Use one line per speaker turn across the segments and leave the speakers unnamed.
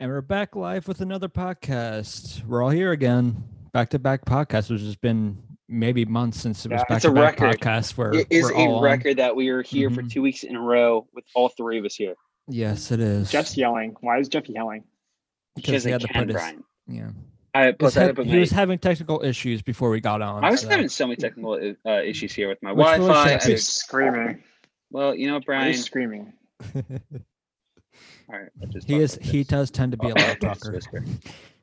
And we're back live with another podcast. We're all here again, back to back podcast, which has been maybe months since it was
Yeah,
back
it's
to
a
back
record.
podcast. Where
It is
we're
a
all on.
record that we are here for
Mhm.
two weeks in a row with all three of us here.
Yes, it is.
Jeff's yelling. Why is Jeff yelling?
Because
Because
he
I
had to
can,
put his-
Brian.
yeah. He
I
was,
put that up
ha-
with
he was
me.
having technical issues before we got on.
I was
so-
having so many technical uh, issues here with my
Which really
Wi-Fi.
sucks.
I
He's
was-
screaming.
well, you know, what,
Why
Brian.
He's screaming.
All right, let's just
he
talk
is.
like
He
this.
does tend to be a
Oh,
loud
let's
talker.
whisper. Can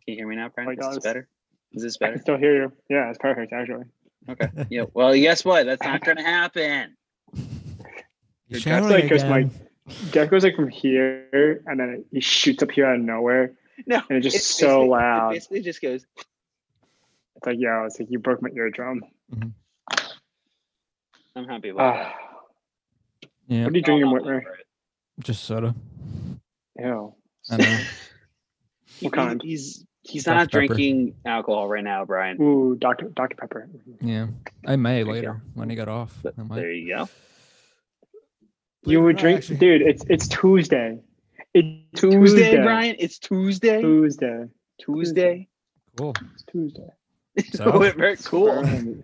you hear me now,
Oh my
Brian? Is this
God.
better? Is this
I
better?
can still hear you. Yeah, it's perfect actually.
Okay. Yeah. Well, guess what? That's not going to happen.
You're
That's
channeling
like Chris
again.
Jeff goes like from here, and then he shoots up here out of nowhere,
No.
and it's just
it's
so
basically-
loud.
It basically just goes.
It's like yo, it's like you broke my eardrum.
I'm happy about
Ah,
that.
Yeah,
What are you
No, I'm
drinking,
not
Whitmer?
over it.
just soda.
Ew.
I know.
What kind?
He's he's
Dr.
not
Pepper.
drinking alcohol right now, Brian.
Ooh, Dr. Dr. Pepper.
Yeah, I may
Thank you.
later when he got off.
But
I might.
there you go.
Believe
You
it or
would
not,
drink,
actually-
dude. It's it's Tuesday. It's Tuesday,
Tuesday, Brian. It's Tuesday.
Tuesday.
Tuesday.
Cool.
It's Tuesday.
So?
So it worked cool.
Brian,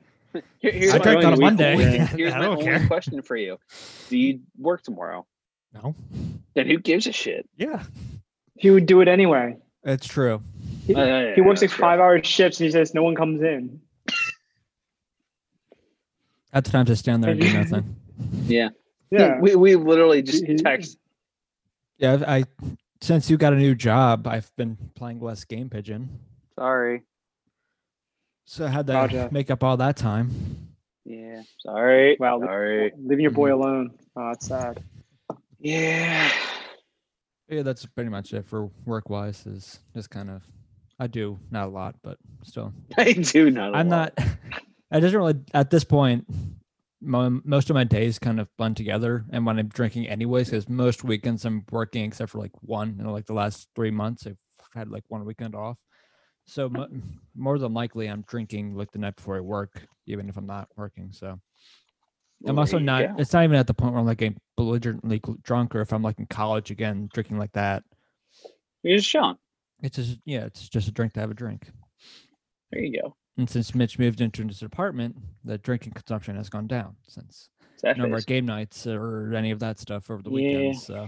Here- here's
I
my
drank
only
on a
week-
Monday.
week- Here's
I
my
don't
only
care.
question for you: Do you work tomorrow?
No.
Then who gives a shit?
Yeah,
He would do it anyway.
it's true.
He-
Uh,
He works like five hour shifts and he says no one comes in.
At the time to stand there and do nothing.
Yeah.
Yeah.
We we literally just
He- he-
text.
Yeah, I've- I since you got a new job, I've been playing less Game Pigeon,
Sorry.
so I had to
Gotcha.
make up all that time.
Yeah. Sorry.
Wow.
Sorry.
Leaving your
Mm-hmm.
boy alone. Oh, that's sad.
Yeah.
Yeah, that's pretty much it for work wise. Is just kind of, I do not a lot, but still,
I do not.
I'm not. I doesn't really at this point. My, most of my days kind of blend together, and when I'm drinking anyways, because most weekends I'm working except for like one in like the last three months. I've had like one weekend off, so mo- more than likely I'm drinking like the night before I work, even if I'm not working. So I'm also not. It's not even at the point where I'm like getting belligerently gl- drunk, or if I'm like in college again drinking like that.
You're just chilling.
It's just yeah, it's just a drink to have a drink.
There you go.
And since Mitch moved into his apartment, the drinking consumption has gone down since
It's that
no more
face.
game nights uh, or any of that stuff over the
Yeah.
weekend. So,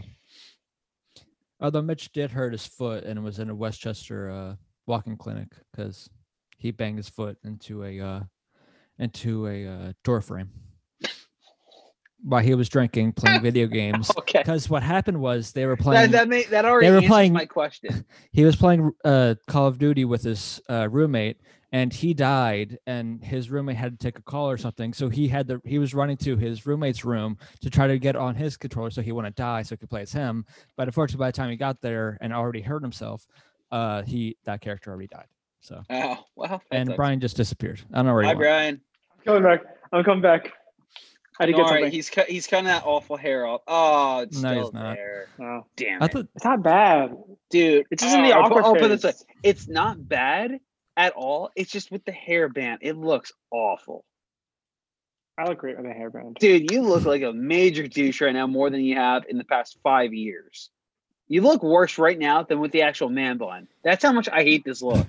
although Mitch did hurt his foot and was in a Westchester uh, walking clinic because he banged his foot into a uh, into a uh, door frame while he was drinking, playing video games.
Okay.
Because what happened was they were
That
playing.
that, may, that already
were
answers
playing-
my question.
he was playing uh, Call of Duty with his uh, roommate, and he died, and his roommate had to take a call or something. So he had the he was running to his roommate's room to try to get on his controller so he wouldn't die, so he could play as him. But unfortunately, by the time he got there and already hurt himself, uh, he that character already died. So
Oh well. that
and
sucks.
Brian just disappeared. I don't know where he
Hi,
went.
Brian.
I'm coming back. I'm coming back. I had to
All
get
right,
something.
he's cut. He's cutting that awful hair off. Oh, it's
No, he's
still
not.
there.
No.
Damn
I
it,
thought
It's not bad.
dude.
It's just in the
Oh, I'll put-
awkward
I'll put it this way.
phase.
It's not bad at all. It's just with the hairband, it looks awful,
I look great with a hairband.
dude. You look like a major douche right now, more than you have in the past five years. You look worse right now than with the actual man bun. That's how much I hate this look.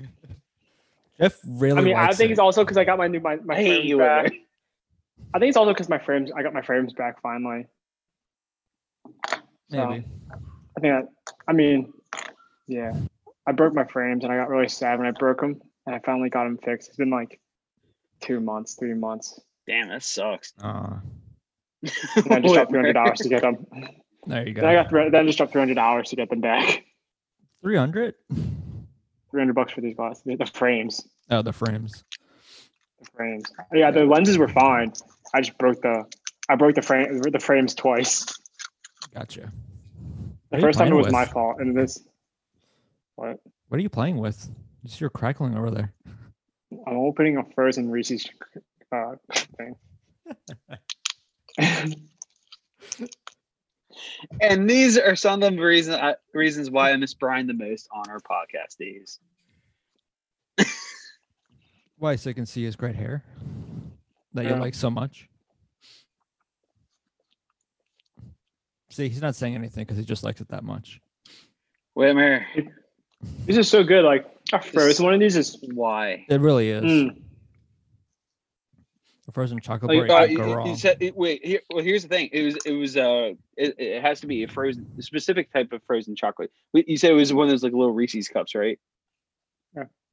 Jeff really.
I mean, I
likes
think
it.
it's also because I got my new my, my
I hate
frames
you,
back.
Whitmer.
I think it's also because my frames I got my frames back finally. so-
maybe.
I think I, I mean, yeah. I broke my frames and I got really sad when I broke them and I finally got them fixed. It's been like two months, three months.
Damn, that sucks.
Aw,
And I just dropped
Whitmer.
three hundred dollars to get them.
there you
Then I
go.
got thre- then I just dropped three hundred dollars to get them back.
Three hundred.
Three hundred bucks for these glasses, the frames.
Oh, the frames.
The frames. Yeah, the lenses were fine. I just broke the, I broke the frame the frames twice.
Gotcha. What
The
are you
first time it
playing
was
with?
my fault, and this
What are you playing with? You see her crackling over there.
I'm opening a frozen Reese's uh, thing.
And these are some of the reasons I, reasons why I miss Brian the most on our podcast days.
Why? So you can see his great hair that you
Yeah.
like so much. See, he's not saying anything because he just likes it that much.
Whitmer,
This is so good. Like a frozen one of these is
Why?
It really is.
mm,
The frozen chocolate
Like,
bread
uh,
can't go
Hmm. you- you
wrong.
said- it- wait, here, well, here's the thing. It was, it was, uh, it, it has to be a frozen, a specific type of frozen chocolate. Wait, You said it was one of those like little Reese's cups, right?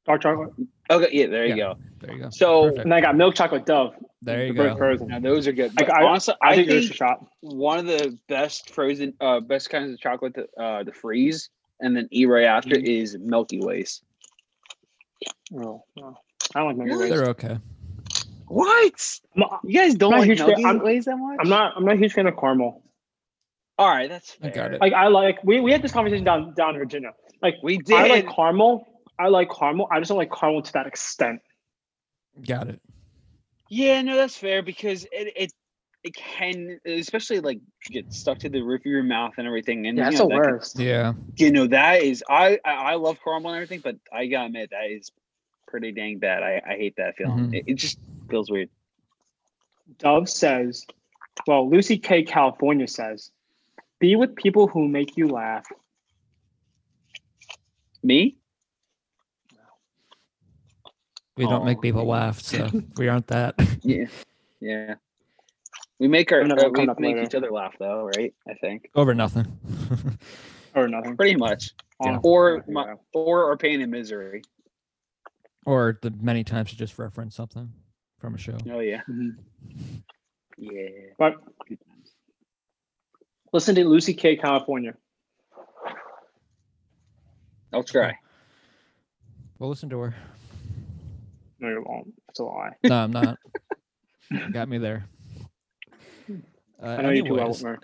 dark chocolate,
Okay, yeah, there you go.
there you go.
So
Perfect.
and I got milk chocolate dove.
There you
They're both
go.
Frozen.
now those are good.
I,
But
I,
honestly,
I, think,
think
there's a shot.
one of the best frozen, uh, best kinds of chocolate to, uh, to freeze and then eat right after
Mm-hmm.
is Milky Ways.
Oh, no. I don't like Milky
Really?
Ways.
They're okay.
What?
I'm,
You guys don't
I'm not
like
a huge fan-
Milky
I'm-
Ways that much?
I'm not. I'm not a huge fan of caramel.
All right, that's
I
fair.
got it.
Like I like. We, we had this conversation down down in Virginia. Like
We did.
I like caramel. I like caramel. I just don't like caramel to that extent.
Got it.
Yeah, no, that's fair because it it, it can especially like get stuck to the roof of your mouth and everything. And you
Yeah, that's
know,
the
that can-
worst.
Yeah.
you know that is I I I love caramel and everything, but I gotta admit that is pretty dang bad. I I hate that feeling.
Mm-hmm.
Mhm.
It, it just feels weird.
Dove says, well, Lucy K. California says, be with people who make you laugh.
Me?
We don't
Aw.
make people laugh, so we aren't that.
Yeah, yeah. We make our
Another
uh,
one
we
coming up
make
later.
each other laugh though, right? I think
Over nothing.
Or nothing.
pretty much,
Yeah.
Or my- or our pain and misery.
or the many times you just reference something from a show.
Oh yeah,
Mhm.
yeah.
But
Good times.
listen to Lucy K. California.
I'll try.
Well, listen to her.
No, you won't. That's a lie.
No, I'm not. You Got me there. Uh,
I know you do well,
anyways,
Mer.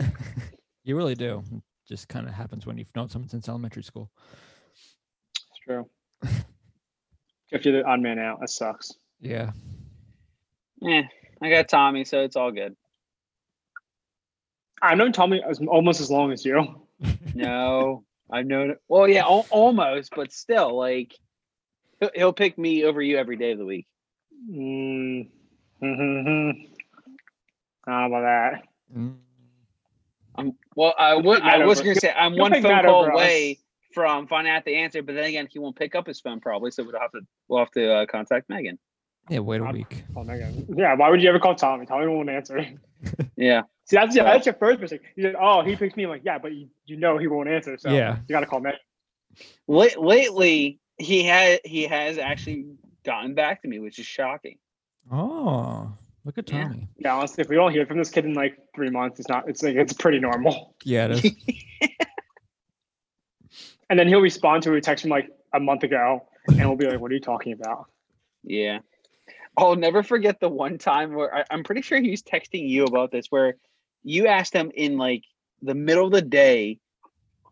you really do. It just kind of happens when you've known someone since elementary school.
It's true. if you're the odd man out, that sucks.
Yeah.
Yeah, Eh, I got Tommy, so it's all good.
I've known Tommy as, almost as long as you.
No, I've known. Well, yeah, al- almost, but still, like he'll- he'll pick me over you every day of the week.
Mm. Mm-hmm. How about that?
Mm.
I'm well. I would.
Mad
I was
over-
gonna say I'm
you'll
one
pick
phone
Matt
call
over us.
away from finding out the answer, but then again, he won't pick up his phone probably, so we'll have to we'll have to uh, contact Megan.
Yeah, wait a
I'm-
week.
Oh, my God. Yeah, why would you ever call Tommy? Tommy won't answer.
Yeah,
See, that's yeah,
Yeah.
that's your first mistake. You said, "Oh, he picked me." I'm like, yeah, but you, you know he won't answer, so
Yeah.
you gotta call Matt.
Late lately he had he has actually gotten back to me, which is shocking.
Oh, look at
Yeah.
Tommy.
Yeah, honestly, if we don't hear from this kid in like three months, it's not. It's like it's pretty normal.
Yeah, it is.
And then he'll respond to a text from like a month ago, and we'll be like, "What are you talking about?"
Yeah. I'll never forget the one time where I, I'm pretty sure he was texting you about this, where you asked him in like the middle of the day,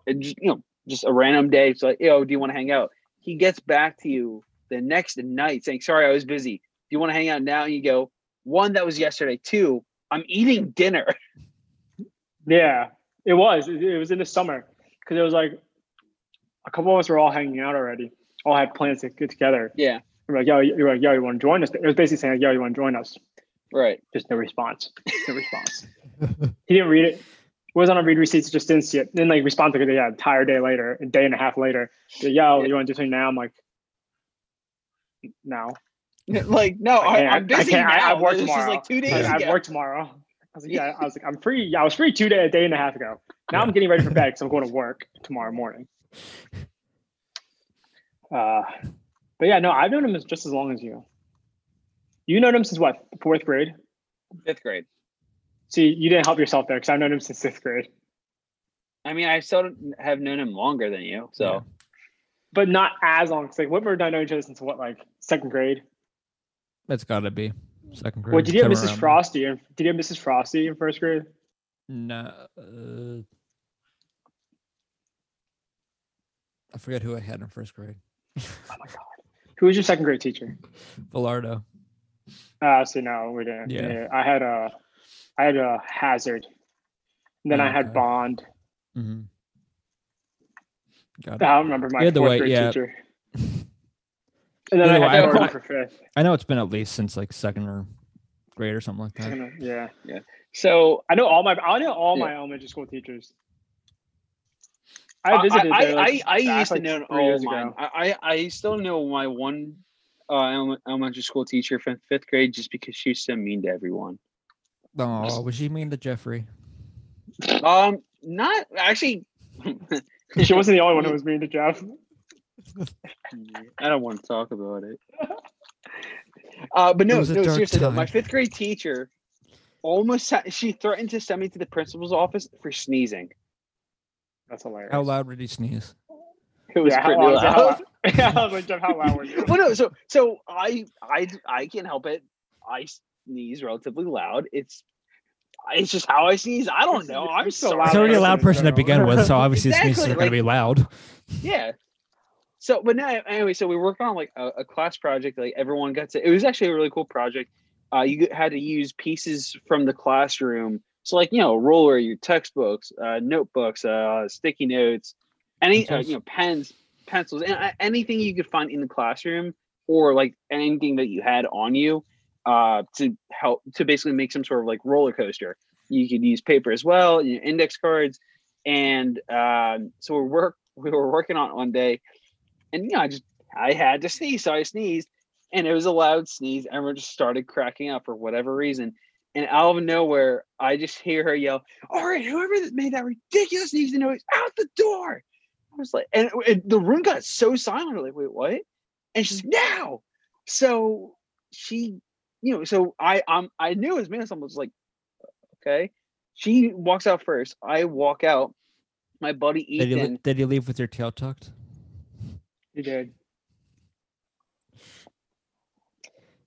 and just, you know, just a random day. It's like, yo, do you want to hang out? He gets back to you the next night saying, sorry, I was busy. Do you want to hang out now? And you go, one, that was yesterday. Two, I'm eating dinner.
Yeah, it was. It, it was in the summer because it was like a couple of us were all hanging out already. All had plans to get together.
Yeah.
We We're like, "Yo, you were like, yo, you want to join us?" It was basically saying, like, "Yo, you want to join us?"
Right.
Just no response. No response. he didn't read it. Was on a read receipts, just didn't see it. Then like respond like yeah, entire day later, a day and a half later. Like, Yo, you want to do something now? I'm like, no.
like, no,
I
I,
can't-
I'm busy.
I can't. I, I
now.
work
this
tomorrow.
is like two days
I,
ago.
I work tomorrow. I was like, yeah. I was like, I'm free. Yeah, I was free two day, a day and a half ago. Now I'm getting ready for bed because I'm going to work tomorrow morning. Uh, but yeah, no, I've known him as- just as long as you. You known him since what? Fourth grade.
Fifth grade.
See, you didn't help yourself there because I've known him since fifth grade.
I mean, I still have known him longer than you. So.
Yeah.
but not as long. Cause like Whitmer and I know each other since what, like second grade.
That's got to be second grade.
Well, did you have
somewhere
Mrs.
around there.
Frosty? In, did you have Mrs. Frosty in first grade?
No. Uh, I forget who I had in first grade.
Who was your second grade teacher?
Villardo.
Uh so no, we didn't.
Yeah.
I had a, I had a Hazard. And then
Oh,
I had
okay.
Bond.
Mm-hmm. Got
I
it.
don't remember my
Either
fourth
way,
grade
yeah.
teacher. And then
Either
I
way, I
had Jordan
don't-
for fifth.
I know it's been at least since like second or grade or something like that.
Yeah,
So
I know all my I know all
Yeah.
my elementary school teachers. I visited
Uh, I,
there.
I,
like,
I, I
back,
used
like,
to know
three
all
years
mine.
ago.
I, I I still know my one uh, ele- elementary school teacher from fifth grade just because she was so mean to everyone.
Oh, was she mean to Jeffrey?
Um, not actually.
She wasn't the only one who was mean to Jeff.
I don't want to talk about it. Uh, but no,
was a
no,
dark
seriously, though, my
time.
fifth grade teacher almost sa- she threatened to send me to the principal's office for sneezing.
That's hilarious.
How loud did he sneeze?
It was
yeah, how
pretty
loud,
loud.
How loud. yeah, I was like, Jeff, how loud were you?
well, no, so so I I I can't help it. I sneeze relatively loud. It's it's just how I sneeze. I don't know. I'm
It's a
so
loud
He's already a loud person to begin with, so obviously
Exactly,
sneezes are going
like-
to be loud.
Yeah. So, but no, anyway, so we worked on like a, a class project. Like everyone got to, it was actually a really cool project. Uh, you had to use pieces from the classroom. So, like, you know, a ruler, your textbooks, uh, notebooks, uh, sticky notes, any, uh,
Pencils.
you know, pens, pencils, and, uh, anything you could find in the classroom or like anything that you had on you uh, to help to basically make some sort of like roller coaster. You could use paper as well, you know, index cards and um, so we work we were working on it one day, and you know I just I had to sneeze, so I sneezed, and it was a loud sneeze. and Everyone just started cracking up for whatever reason, and out of nowhere I just hear her yell, "All right, whoever that made that ridiculous sneezing noise, out the door!" I was like, and, and the room got so silent. we're like, wait, what? And she's like, now. So she, you know, so I um I knew it was me. and Someone was like, okay. She walks out first. I walk out. My buddy
Did he,
Ethan.
li- did he leave with your tail tucked?
You did.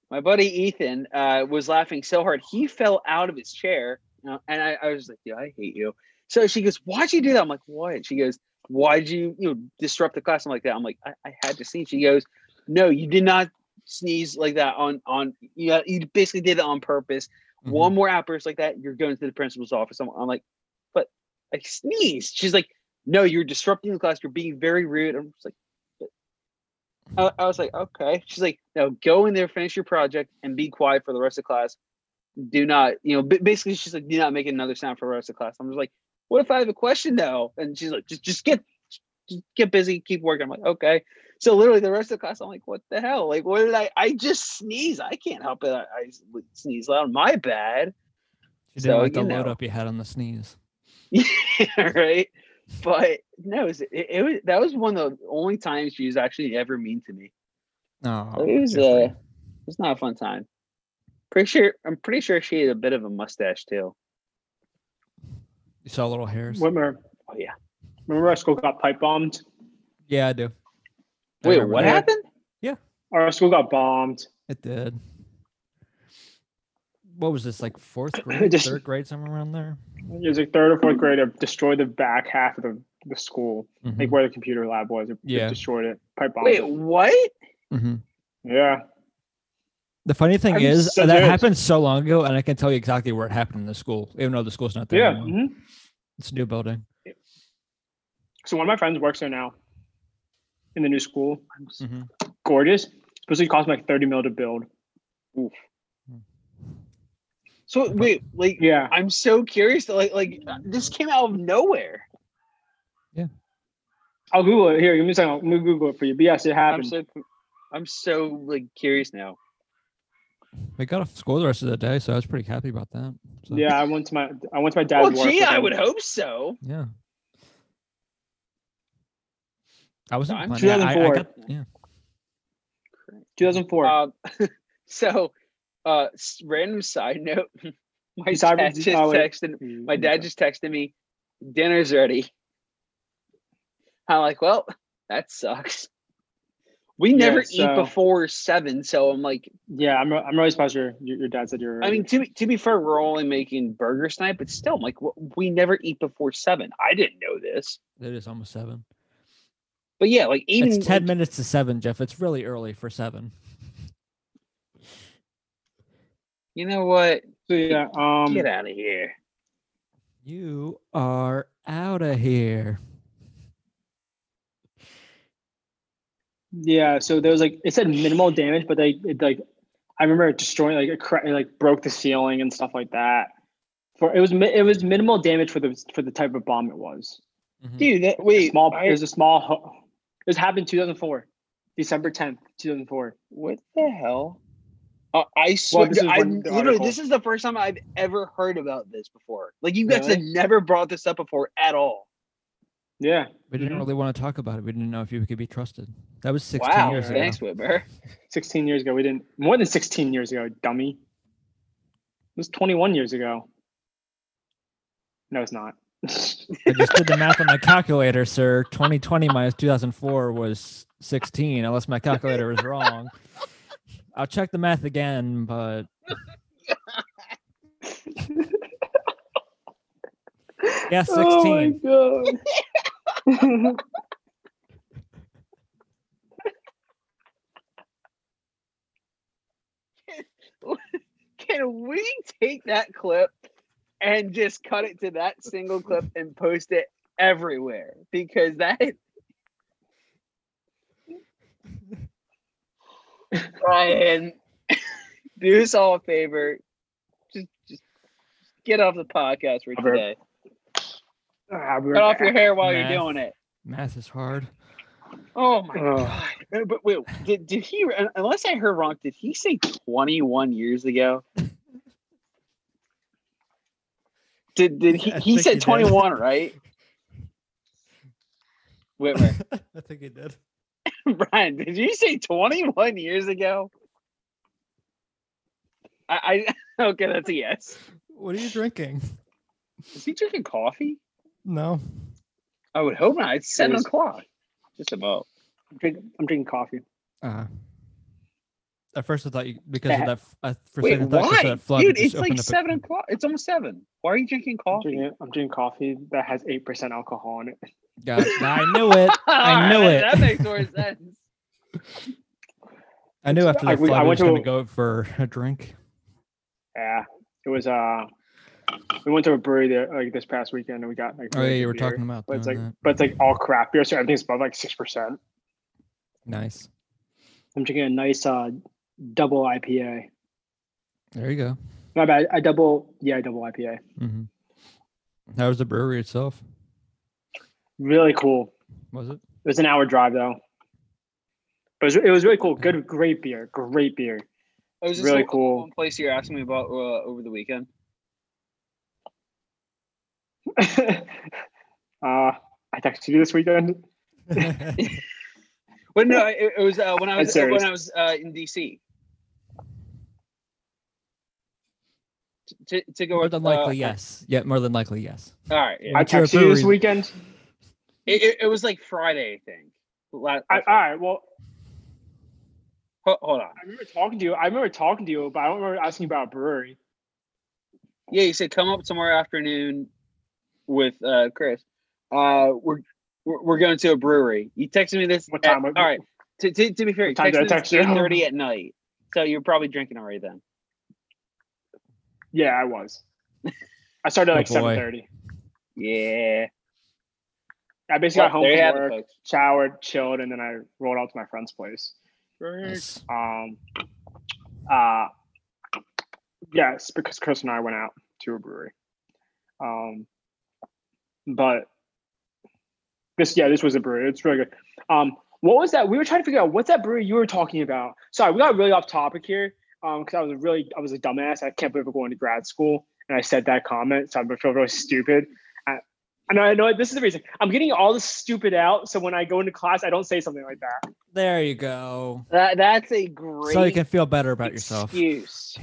my buddy Ethan uh, was laughing so hard he fell out of his chair, you know, and I, I was like, "Yeah, I hate you." So she goes, "Why'd you do that?" I'm like, "What?" She goes, "Why'd you you know disrupt the class?" I'm like that. I'm like, I, I had to sneeze. She goes, "No, you did not sneeze like that on on you. You basically did it on purpose.
Mm-hmm.
One more outburst like that, you're going to the principal's office." I'm, I'm like, "But I sneezed." She's like, "No, you're disrupting the class. You're being very rude." I'm just like. I, I was like, okay. She's like, no, go in there, finish your project, and be quiet for the rest of class. Do not, you know, ba- basically, she's like, do not make another sound for the rest of class. I'm just like, what if I have a question though? And she's like, just, just get, just get busy, keep working. I'm like, okay. So literally, the rest of the class, I'm like, what the hell? Like, what did I? I just sneeze. I can't help it. I, I sneeze loud. My bad.
She
So,
didn't like the
you
load
know.
up you had on the sneeze.
right? But no, it was, it, it was that was one of the only times she was actually ever mean to me.
No,
it was uh, it was not a fun time. Pretty sure I'm pretty sure she had a bit of a mustache too.
you saw little hairs.
Remember,
Oh yeah.
remember our school got pipe bombed?
Yeah, I do. I
Wait,
remember
what
that.
happened?
Our school got bombed.
It did. What was this like fourth grade,
Just-
third grade, somewhere around there?
It was like third or fourth grade. It destroyed the back half of the, the school, like
Mhm,
where the computer lab was. It, it
Yeah.
destroyed it. Pipe bombed.
Wait,
it.
what?
mhm.
Yeah.
The funny thing
I'm
is
so
that
dead.
happened so long ago, and I can tell you exactly where it happened in the school, even though the school's not there
Yeah.
anymore.
mhm.
It's a new building.
So one of my friends works there now in the new school.
Mhm.
Gorgeous. Supposedly cost me like 30 mil to build.
So wait, like
Yeah.
I'm so curious. Like like uh, this came out of nowhere.
I'll Google it. Here, give me a second. I'll- Let me Google it for you. But yes, it
I'm
happened.
so I'm so like curious now.
We got off school the rest of the day, so I was pretty happy about that. So,
yeah, I went to my I went to my dad's
Well,
work.
gee,
with
I
him.
would hope so.
yeah. I wasn't
I'm
planning. I- I,
2004.
got, yeah.
2004.
Um, so, uh, s- random side note. My
Cyber-
dad just
oh, wait.
texted. My dad just texted me, "Dinner's ready." I'm like, "Well, that sucks." We
Yeah,
never eat
so-
before seven, so I'm like,
Yeah, I'm I'm really surprised your your, your dad said you're.
I mean, to be, to be fair, we're only making burgers tonight, but still, I'm like, "Wh- we never eat before seven. I didn't know this,
It is almost seven.
but yeah, like even
It's ten
like,
minutes to seven, Jeff. It's really early for seven.
you know what?
so yeah. Um,
Get out of here.
You are out of here.
yeah. So there was like it said minimal damage, but they it, like I remember it destroying like it, cra- it like broke the ceiling and stuff like that. For it was mi- it was minimal damage for the for the type of bomb it was.
Mhm.
dude. That, wait,
small.
I-
It was a small. ho- This happened 2004, December 10th, 2004.
What the hell? Uh, I swear,
this is
I
when the
literally,
article-
this is the first time I've ever heard about this before. Like you guys
Really?
have never brought this up before at all.
Yeah,
We didn't
Mhm.
really want to talk about it. We didn't know if you could be trusted. That was 16
Wow,
years ago.
thanks, Whitmer.
16 years ago. We didn't. More than 16 years ago, dummy. It was 21 years ago. No, it's not.
I just did the math on my calculator, sir. 2020 minus 2004 was 16, unless my calculator was wrong. I'll check the math again, but yeah, 16.
Oh my god.
Can we take that clip and just cut it to that single clip and post it everywhere? Because that. Ryan, do us all a favor. Just, just get off the podcast for
I'll be
today.
right Ah, we're
Cut off
back.
your hair while
Math.
you're doing it.
Math is hard.
Oh my
Ugh.
god! Uh, But wait, did, did he? un- Unless I heard wrong, did he say 21 years ago? Did did he?
I
he
think he
said
did.
21, right? Whitmer,
I think it did.
Brian, did you say 21 years ago? I, I okay, that's a yes.
What are you drinking?
Is he drinking coffee?
No.
I would hope not. It's seven
is-
o'clock. Just about.
I'm drinking, I'm drinking coffee.
Uh, at first I thought you because of
Eh.
that. f- I, for a
Wait,
second I thought 'cause
why,
of that flood. you
dude?
just
It's like
opened up a-
seven o'clock. It's almost seven. Why are you drinking
I'm
coffee?
drinking, I'm drinking coffee that has 8% alcohol in it.
Got it. Now I knew it. I
Alright,
knew
that-
it.
That makes more sense.
I knew after the
I- we-
flood
I
I,
went
was going to
to-
go for a drink.
Yeah, it was. uh We went to a brewery there like this past weekend, and we got like.
Oh yeah,
really
you
good
were
beer.
talking about
But it's like,
doing that.
but it's like all crap beer, so everything's above like six percent.
Nice.
I'm drinking a nice uh double IPA.
There you go.
Not bad. I double, yeah, double IPA.
hmm How was the brewery itself?
Really cool.
Was it?
It was an hour drive though, but it was, it was really cool. Good, great beer. Great beer.
It was
Really
the
cool.
One place you were asking me about uh, over the weekend.
uh, I texted you this weekend.
But no, it, it was uh, when I
That's
was uh, when
serious.
I was uh, in DC. To, to go
more
with
than
uh,
likely, yes. Yeah, more than likely, yes.
All right, yeah.
I
Went to a
texted you this
brewery.
weekend.
it, it, it was like Friday, I think. La-
I, all right. Well,
Ho- hold on.
I remember talking to you. I remember talking to you, but I don't remember asking you about a brewery.
Yeah, you said come up tomorrow afternoon with uh, Chris. Uh, we're we're we're going to a brewery. You texted me this.
What time?
At, all right. To, to, to be fair, you
What time did I
texted
text you?
eight thirty at night, so you're probably drinking already then.
Yeah, I was. I started at
Oh,
like
boy.
seven thirty.
Yeah.
I basically
Well,
got home
there you
from
have it,
work,
folks.
showered, chilled, and then I rolled out to my friend's place.
Nice.
Um, uh, yes, because Chris and I went out to a brewery. Um, but this, yeah, this was a brewery. It's really good. Um, what was that? We were trying to figure out what's that brewery you were talking about. Sorry, we got really off topic here. Um, because I was a really, I was a dumbass. I can't believe we're going to grad school, and I said that comment, so I feel really stupid. I, and I know this is the reason I'm getting all this stupid out. So when I go into class, I don't say something like that.
There you go.
That, that's a great
So you can feel better about yourself.
excuse.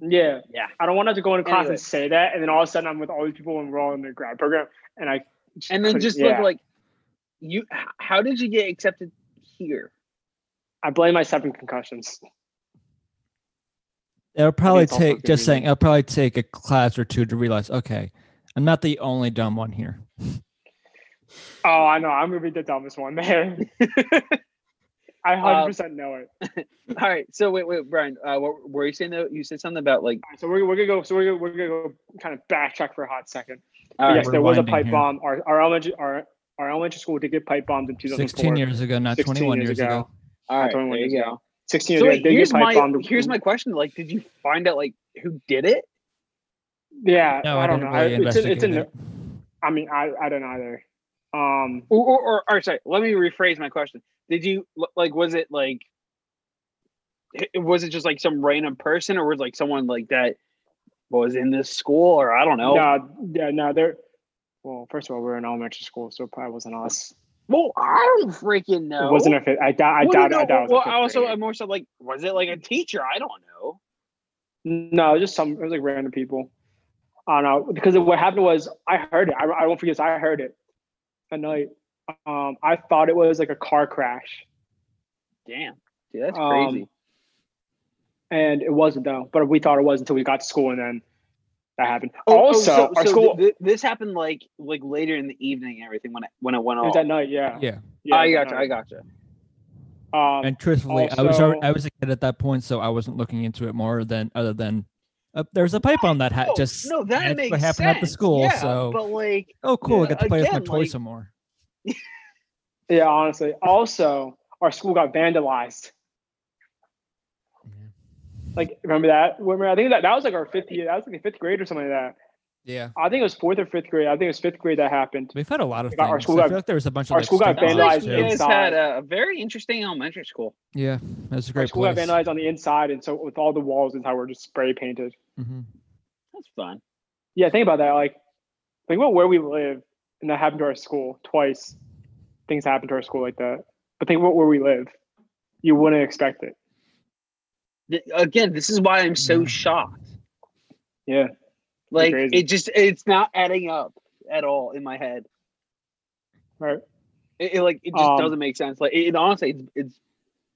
Yeah.
Yeah.
I don't want to have to go into class
Anyway.
and say that, and then all of a sudden I'm with all these people and we're all in the grad program, and I
And then
couldn't-
just
yeah.
look like you. h- How did you get accepted here?
I blame my seven concussions.
It'll probably
it's also
take
good
just saying.
reason.
It'll probably take a class or two to realize. Okay, I'm not the only dumb one here.
Oh, I know. I'm gonna be the dumbest one there.
Uh,
I hundred percent know it.
All right. So wait, wait, Brian. Uh, what were you saying though? You said something about like.
All right, so we're, we're gonna go. So we're, we're gonna go kind of backtrack for a hot second. But
All right.
yes, there was a
Rewinding
pipe
here.
bomb. Our our elementary our, our elementary school did get pipe bombed in 2004.
16 years ago, not
16
21 years,
years
ago.
ago.
All right. There
21
you
years
go.
ago. 16 years
So
ago,
wait,
they
here's
get pipe
my
bombed.
here's my question. Like, did you find out like who did it?
Yeah,
No,
I
I,
don't
didn't
know. I-
really
it's, in-
investigate
it's in.
it.
I mean, I I don't either. Um,
Or, or, or, or sorry, let me rephrase my question. Did you like? Was it like? it- Was it just like some random person, or was it like someone like that was in this school, or I don't know?
Yeah, yeah, no, they're. Well, first of all, we are in elementary school, so it probably wasn't us.
Well, I don't freaking know.
It wasn't a fifth. I doubt. I
Well,
doubt.
no,
I doubt. it was a
Well,
fifth
I also,
grade.
I'm more so like, was it like a teacher? I don't know. um,
No, just some. It was like random people. I don't know because what happened was I heard it. I, I won't forget. this, I heard it at night. Um, I thought it was like a car crash,
Damn, dude, that's
Um,
crazy.
and it wasn't though. But we thought it was until we got to school, and then that happened.
Oh, oh,
also,
so,
our
so
school
thi- thi- this happened like like later in the evening and everything when it when it went
it was
off.
that night. Yeah.
Yeah.
yeah
oh. I
it was
gotcha.
that
I gotcha.
night. Um,
And truthfully, I was alre-
also-
I was a kid at that point, so I wasn't looking into it more than other than uh, there's a pipe on that hat.
Oh,
Just
no, that
that's
makes
what happened
sense.
at the school.
Yeah,
so
but like,
oh cool, I
yeah,
got to play with
again,
my toy
like-
some more.
yeah. Honestly, also our school got vandalized. Like remember that? Remember I think that that was like our fifth year. That was like the fifth grade or something like that.
Yeah,
I think it was fourth or fifth grade. I think it was fifth grade that happened.
we've had a lot of
Like, our
things.
school
I
got-
feel like there was a bunch of
our
like,
school got
stick-ons,
sounds like
vandalized
you
too.
yeah.
guys
inside.
had a, a very interesting elementary school.
Yeah, that's a
Our
great
school got
place.
vandalized on the inside, and so with all the walls and how we're just spray painted.
hmm
That's fun.
Yeah, think about that. Like, think about where we live, and that happened to our school twice. Things happened to our school like that. But think about where we live. You wouldn't expect it.
Th- Again, this is why I'm so
Yeah.
shocked.
Yeah.
Like
crazy.
it just it's not adding up at all in my head.
Right.
It, it, like it just
Um,
doesn't make sense. Like it, it honestly, it's, it's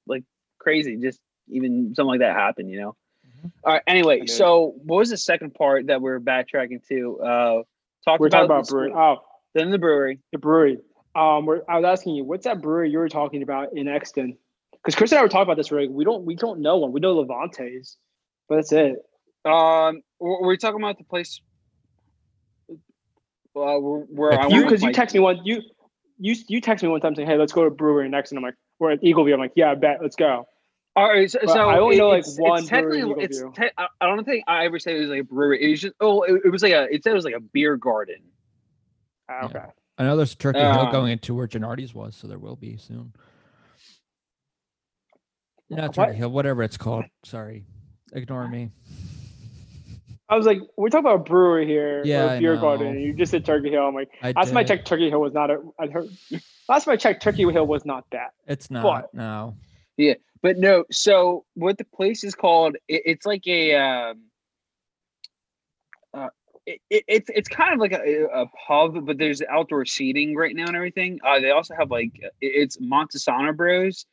like crazy. Just even something like that happened, you know.
Mhm.
All right. Anyway,
It is.
so what was the second part that we're backtracking to? Uh, talked
We're talking
about,
about
the
brewery.
school,
Oh,
then the brewery.
the brewery. Um, we're, I was asking you, what's that brewery you were talking about in Exton? Because Chris and I were talking about this. We're like, we don't, we don't know one. We know Levante's, but that's it.
Um, were were we talking about the place? Uh, where where I
Like
you
went
because
with
you
my-
text me one you you you text me one time saying hey let's go to a brewery next and i'm like we're at eagleview i'm like yeah i bet let's go
All right, so,
But
so
I only know, like,
it's- it's
one brewery
technically,
in Eagle
it's
View.
te- I I don't think I ever said it was like a brewery. It was just oh, it, it was like a. It said it was like a beer garden.
Ah, okay
I know there's Turkey
Uh,
Hill going into where Gennardi's was, so there will be soon. Not Turkey
What?
Hill, whatever it's called. Sorry, ignore me.
i was like we're talking about a brewery here
Yeah,
or a
I
beer
know.
garden and you just said turkey hill i'm like
I
last time i
did.
checked turkey hill was not a i heard last time i checked turkey hill was not that
It's not
but-
no.
But no, so what the place is called? It, it's like a. Um, uh, it, it, it's it's kind of like a, a pub, but there's outdoor seating right now and everything. Uh, they also have like it- it's Montesano Bros.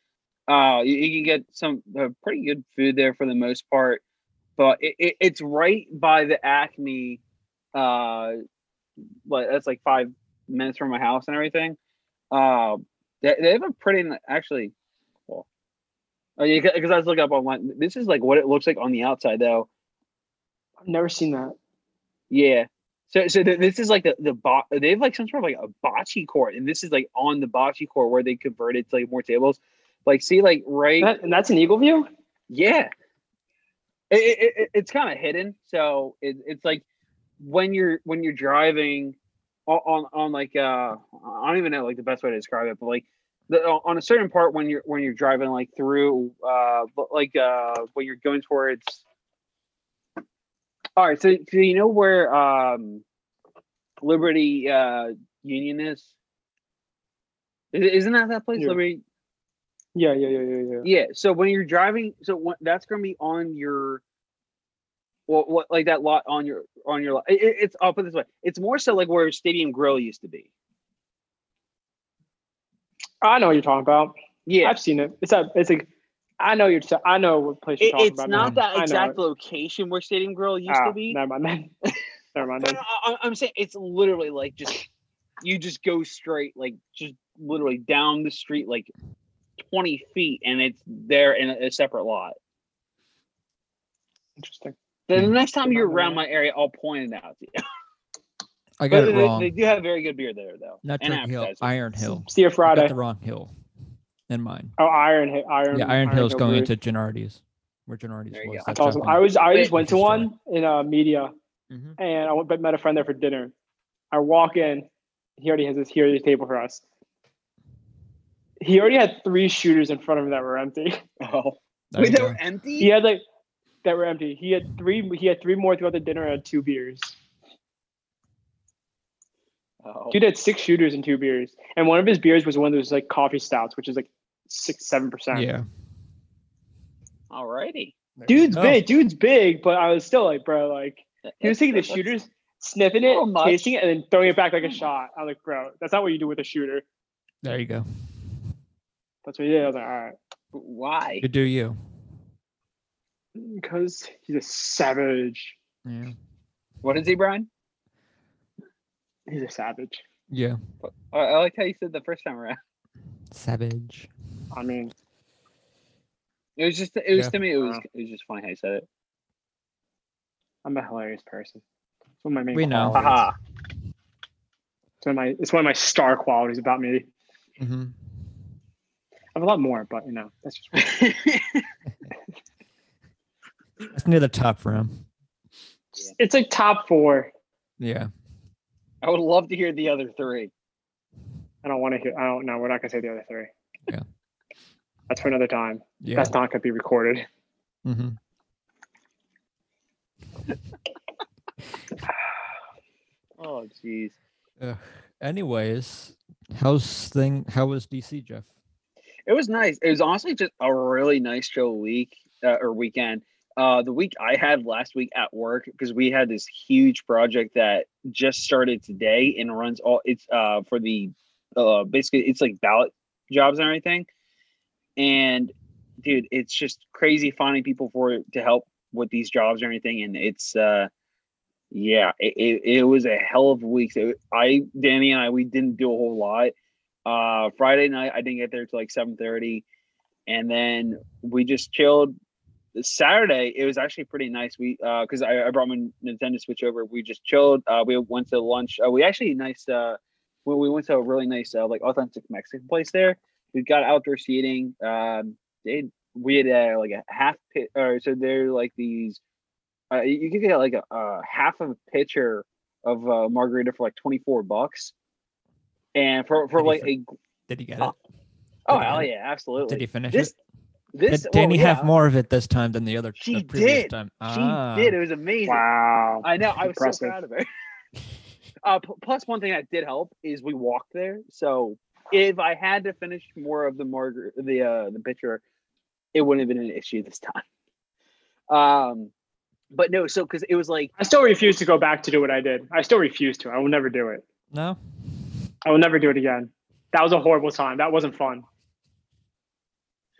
Uh, you, you can get some uh, pretty good food there for the most part, but it, it, it's right by the Acme. Uh, but that's like five minutes from my house and everything. Uh, they, they have a pretty n- actually. Well, oh yeah, because I was looking up online. This is like what it looks like on the outside though.
i've never seen that
Yeah. So so th- this is like the the bo- they have like some sort of like a bocce court, and this is like on the bocce court where they converted to like more tables. Like see like right
That- and that's in eagleview
yeah. It, it, it, it's kind of hidden, so it, it's like when you're when you're driving on on, on like uh I don't even know like the best way to describe it, but like the, on a certain part when you're when you're driving like through uh but, like uh when you're going towards. All right, so, so you know where um Liberty uh Union is? I- Isn't that that place,
Yeah.
Liberty?
yeah yeah yeah yeah yeah
Yeah. So when you're driving, so what, that's going to be on your, well, what like that lot on your on your lot. It, it- it's I'll put it this way. It's more so like where Stadium Grill used to be.
i know what you're talking about
Yeah.
i've seen it it's a it's like i know you're t- i know what place you're
It-
talking
it's
about
not
now.
that
I know
exact
it.
location where Stadium Grill used
Ah,
to be. uh,
never mind then. never mind
No,
then.
no, I, I'm saying it's literally like just you just go straight, like just literally down the street, like 20 feet, and it's there in a, a separate lot.
interesting
Then the
Hmm.
next time you're
Remember
around
that.
my area, I'll point it out to you.
I got
But
it
they,
wrong.
they do have very good beer there, though.
Not
and
Turkey Hill,
appetizers.
Iron Hill.
see you
I
friday
got the wrong hill in mine.
Oh, Iron Hill. Iron,
yeah, Iron, Hill's
Hill
going
Brewery.
into Gennardi's, where Gennardi's
There you
was.
go.
that
That's awesome.
Japan-
I was I just
Wait.
went to one in uh, media,
Mhm.
and I went but met a friend there for dinner. I walk in, He already has this here at the table for us. He already had three shooters in front of him that were empty.
Oh,
There you
wait, they
go.
were empty.
He had like that were empty. He had three. He had three more throughout the dinner. and Had two beers.
Oh.
Dude had six shooters and two beers, and one of his beers was one of those like coffee stouts, which is like six seven percent.
Yeah.
Alrighty.
dude's
Oh.
big. Dude's big, but I was still like, bro, like he was taking the
That's-
shooters, sniffing
How
it,
much?
tasting it, and then throwing it back like a shot. I'm like, bro, that's not what you do with a shooter.
There you go.
That's what he did. I was like, all right,
Why?
You do you.
because he's a savage.
Yeah.
What is he, Brian?
He's a savage.
Yeah.
I I like how you said the first time around.
Savage.
I mean,
It was just, it was
Yeah.
to me, it was,
Uh.
it was just funny how you said it.
I'm a hilarious person. It's one of my main
We know.
qualities.
Haha.
It's one of my it's one of my star qualities about me.
Mm-hmm.
I have a lot more, but you know, that's just
That's near the top for him.
it's like top four.
Yeah.
I would love to hear the other three.
I don't want to hear I don't know, we're not gonna say the other three.
Yeah.
That's for another time.
Yeah.
That's not gonna be recorded.
Mm-hmm.
Oh, jeez.
Ugh. Anyways, how's thing? How was DC, Jeff?
It was nice. It was honestly just a really nice chill week uh, or weekend. Uh, the week I had last week at work because we had this huge project that just started today and runs all. It's uh for the uh basically it's like ballot jobs and everything. And dude, it's just crazy finding people for to help with these jobs or anything. And it's uh yeah, it, it, it was a hell of a week. So I, Danny, and I we didn't do a whole lot uh friday night i didn't get there till like seven thirty, and then we just chilled saturday it was actually pretty nice we uh because I, I brought my nintendo switch over we just chilled uh we went to lunch uh, we actually nice uh we, we went to a really nice uh, like authentic mexican place there we got outdoor seating um they we had uh, like a half pit or so they're like these uh, you could get like a, a half of a pitcher of uh, margarita for like 24 bucks and for, for
Pretty
like
fair.
a
Did he get
Oh,
it?
Oh
Did he
hell
get it?
yeah, absolutely.
Did he finish
this
it?
this
did Danny
well, yeah,
have more of it this time than the other?
She
the previous
did.
Time? Ah.
She did. It was amazing.
Wow.
I know. I was so
Impressive.
proud of her. uh, p- plus, one thing that did help is we walked there. So if I had to finish more of the margar the uh, the pitcher, it wouldn't have been an issue this time. Um, but no. So because it was like
I still refuse to go back to do what I did. I still refuse to. I will never do it.
No.
I will never do it again. That was a horrible time. That wasn't fun.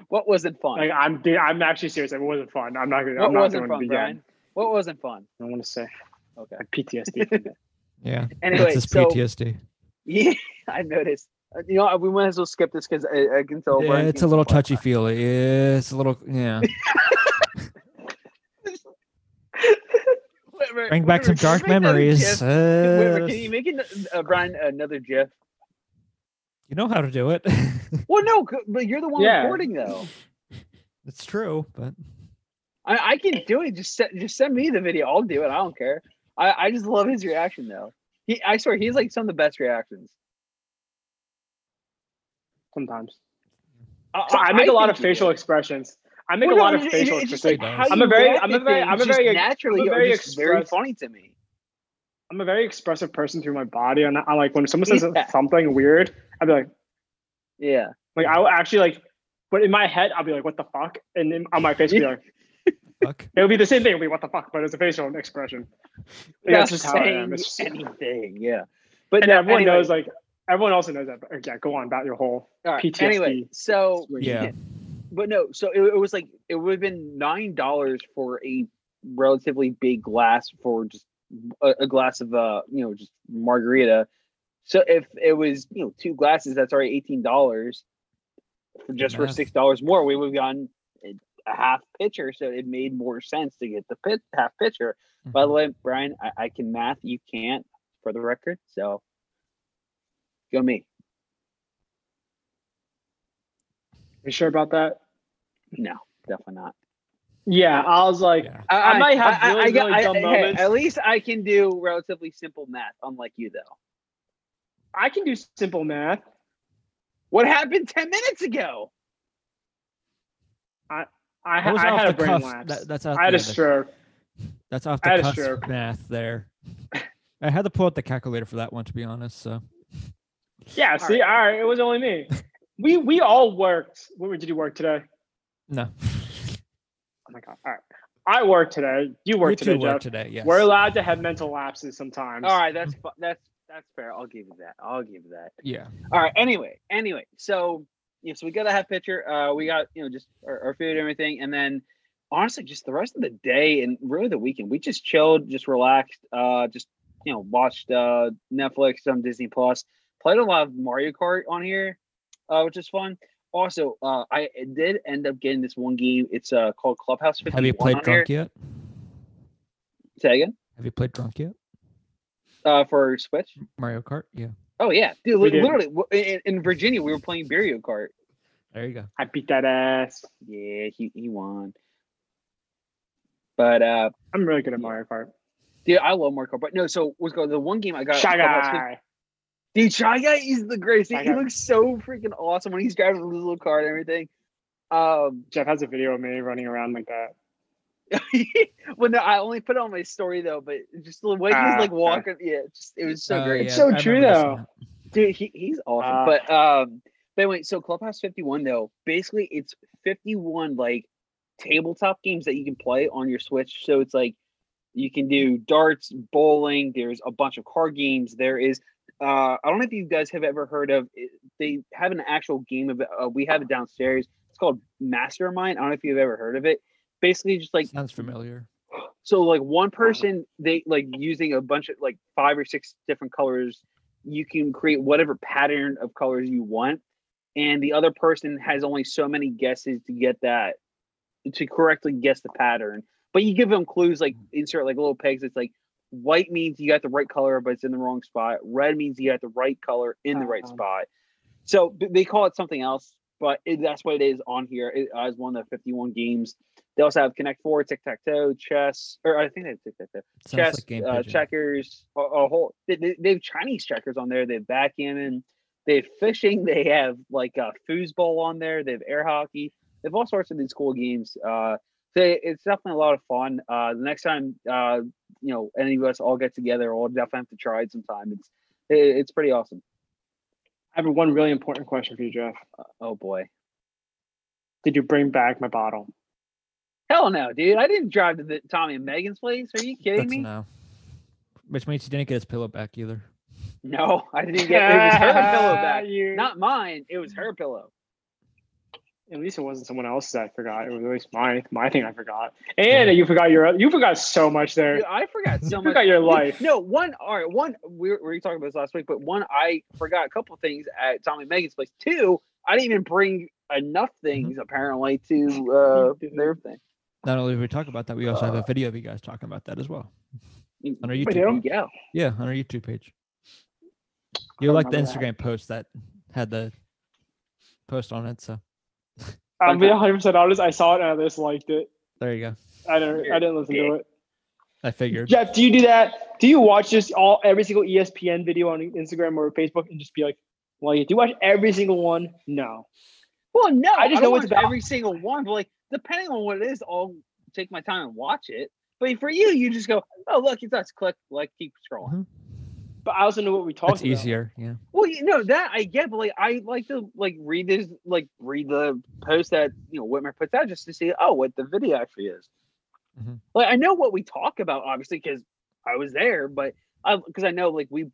what wasn't fun.
Like I'm, dude, I'm actually serious. It wasn't fun. I'm not. gonna-
what
I'm not
wasn't
doing it
fun,
again.
Brian? What wasn't fun?
I want to say
Okay.
I have PTSD. From that.
Yeah.
Anyway,
That's his
so
PTSD.
yeah, I noticed. Uh, You know, we might as well skip this because I, I can tell.
yeah,
Brian's
it's a
getting
little
some fun.
touchy feely. Yeah, it's a little. Yeah.
Whitmer,
Bring back
Whitmer,
some
can you
dark
make another
memories.
GIF?
Uh,
Whitmer, can you make an, uh, Brian another GIF?
you know how to do it.
Well, no, c- but you're the one
Yeah.
recording though.
it's true, but
I, I can do it. Just se- just send me the video. I'll do it. I don't care. I, I just love his reaction though. He, I swear, he's like some of the best reactions.
Sometimes
I,
so I make
a
a lot of facial expressions. I make a lot of facial expressions.
like-
I'm a very- I'm a very- I'm a very-
naturally
I'm a
are
very
just very
express-
funny to me.
I'm a very expressive person through my body, and I like when someone says
Yeah.
something weird, I'd be like,
Yeah,
like I will actually like, but in my head, I'll be like, what the fuck, and in, on my face, I'll be like,
fuck.
it'll be the same thing. It'll be what the fuck, but it's a facial expression. Like,
Not
that's just how I am. It's just,
saying
and
anything. Yeah, but no,
everyone
anyway,
knows, like everyone also knows that. But yeah, go on about your whole
all right,
PTSD.
Anyway, so
swing.
Yeah.
but no so it, it was like it would have been nine dollars for a relatively big glass for just a, a glass of uh you know just margarita so if it was you know two glasses that's already eighteen dollars just for
Math.
six dollars more we would have gotten a a half pitcher so it made more sense to get the pit half pitcher by the way brian I, I can math you can't for the record so go me
You sure about that?
no definitely not
Yeah, I was like,
Yeah.
I might have really,
got-
really dumb
hey,
moments.
At least I can do relatively simple math, unlike you, though.
I can do simple math.
What happened 10 minutes ago?
I,
That
ha-
was
I
off
had a
the
brain
cuff.
lapse.
That- that's off
I had
the-
a
the-
stroke.
That's off
I
the
had a
cusp
stroke.
math there. I had to pull up the calculator for that one, to be honest. So
Yeah,
All
see, all right, it was only me. we we all worked. What did you work today?
no,
Oh my god! All right, I worked today. You
we
worked
two
today, Jeff.
work today. Yes,
We're allowed to have mental lapses sometimes.
All right, that's fu- that's that's fair. I'll give you that. I'll give you that.
yeah.
All right. Anyway, anyway, so yeah, so we got a half pitcher. Uh, we got you know just our, our food and everything, and then honestly, just the rest of the day and really the weekend, we just chilled, just relaxed, uh, just you know watched uh Netflix, some Disney Plus, played a lot of Mario Kart on here, uh, which is fun. Also, uh, I did end up getting this one game. It's uh called Clubhouse. 51
Have you played
on
drunk yet?
Here. Say again.
Have you played drunk yet?
Uh, for Switch.
Mario Kart. Yeah.
Oh yeah, dude. Li-
We did.
literally, w- in, in Virginia, we were playing Mario Kart.
There you go.
I beat that ass.
Yeah, he he won. But uh,
I'm really good at Mario Kart.
dude, I love Mario Kart. But no, so what's going? The one game I got,
Shy
Clubhouse Fif-
guy.
dude, Shy Guy is the greatest. He
Shy
he
Guy.
looks so freaking awesome when he's driving his little car and everything. Um,
Jeff has a video of me running around like that.
well, no, I only put it on my story though. But just the way he's
Ah,
like
ah.
walking, yeah, just it was so
Oh,
great.
yeah,
so
I
true,
remember this
though.
now.
dude he, he's awesome
Uh,
but um but anyway so clubhouse 51 though basically it's 51 like tabletop games that you can play on your switch so it's like you can do darts bowling there's a bunch of card games there is uh i don't know if you guys have ever heard of it- they have an actual game of it, uh, we have it downstairs it's called mastermind i don't know if you've ever heard of it basically just like
Sounds familiar.
so like one person they like using a bunch of like five or six different colors you can create whatever pattern of colors you want and the other person has only so many guesses to get that to correctly guess the pattern but you give them clues like insert like little pegs it's like white means you got the right color but it's in the wrong spot red means you got the right color in the right
Uh-huh.
spot so th- they call it something else but it, that's what it is on here it uh, is one of the 51 games they also have connect four tic-tac-toe chess or i think they have tic-tac-toe
Sounds
chess,
like game
uh,
Pigeon.
checkers, a, a whole. They, they, they have Chinese checkers on there. They have backgammon. They have fishing. They have like uh, foosball on there. They have air hockey. They have all sorts of these cool games. Uh, they, it's definitely a lot of fun. Uh, the next time, uh, you know, any of us all get together, we'll definitely have to try it sometime. It's it, it's pretty awesome.
I have one really important question for you, Jeff.
Oh boy,
Did you bring back my bottle?
hell no, dude! I didn't drive to the Tommy and Megan's place. Are you kidding
That's
me?
now. Which means you didn't get his pillow back either.
No, I didn't get. It was her pillow back,
You-
not mine. It was her pillow.
At least it wasn't someone else's I forgot. It was at least my my thing I forgot. And you forgot your you forgot so much there.
Dude, I forgot so
You
much.
forgot your
Dude,
life.
No, one. All right, one. We were, we were talking about this last week, but one, I forgot a couple things at Tommy Megan's place. Two, I didn't even bring enough
Mm-hmm.
things apparently to uh,
didn't.
their thing.
Not only did we talk about that, we also have a video of you guys talking about that as well on our
Uh. Video?
YouTube. page.
Yeah,
Yeah, on our YouTube page. You
don't
like the
remember
Instagram post that had the post on it, so
I'll be 100 percent honest. I saw it and I just liked it.
there you go.
I didn't I didn't listen to it.
I figured.
Jeff, do you do that? Do you watch just all every single E ESPN video on Instagram or Facebook and just be like, well, you do watch every single one? No.
Well, no, I
just
just
know
know
it's
it's
about-
every single one. But like, depending on what it is, I'll take my time and watch it. But for you, you just go, oh look, it's us. Click, like, keep scrolling.
Mhm.
But I also know what we talked
That's
about.
easier. Yeah.
Well, you know that I get, but like, I like to like read this, like read the post that you know Whitmer puts out just to see, oh, what the video actually is.
Mhm.
Like, I know what we talk about, obviously, because I was there, but I because I know like we,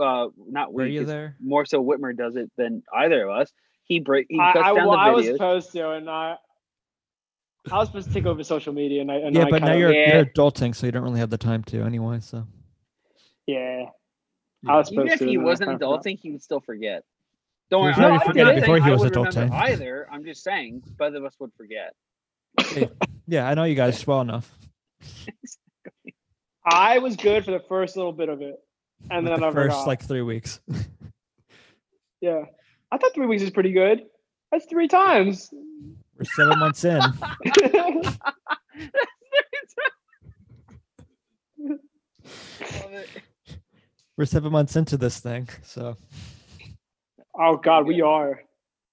uh, not
Were
we,
you
'cause
there?
more so Whitmer does it than either of us. He break he
I,
cuts
I,
down
well, I
the
was
Mm, videos.
supposed to, and I I was supposed to take over social media, and I and
yeah,
I
but now
kinda-
you're
Yeah.
you're adulting, so you don't really have the time to anyway. So
yeah. I was
Even
supposed
if
to.
he
and I
wasn't
kinda forgot.
adulting, he would still forget. Don't worry,
He's
I'm
already
not- I'm
forgetting
not
before
saying
he
I
was
would remember
adulting.
either. I'm just saying both of us would forget.
yeah, I know you guys well enough.
I was good for the first little bit of it, and
with
then
the
I
first
forgot.
like three weeks.
yeah, I thought three weeks was pretty good. That's three times.
We're seven months in.
Love it.
We're seven months into this thing, so
Oh God, we are.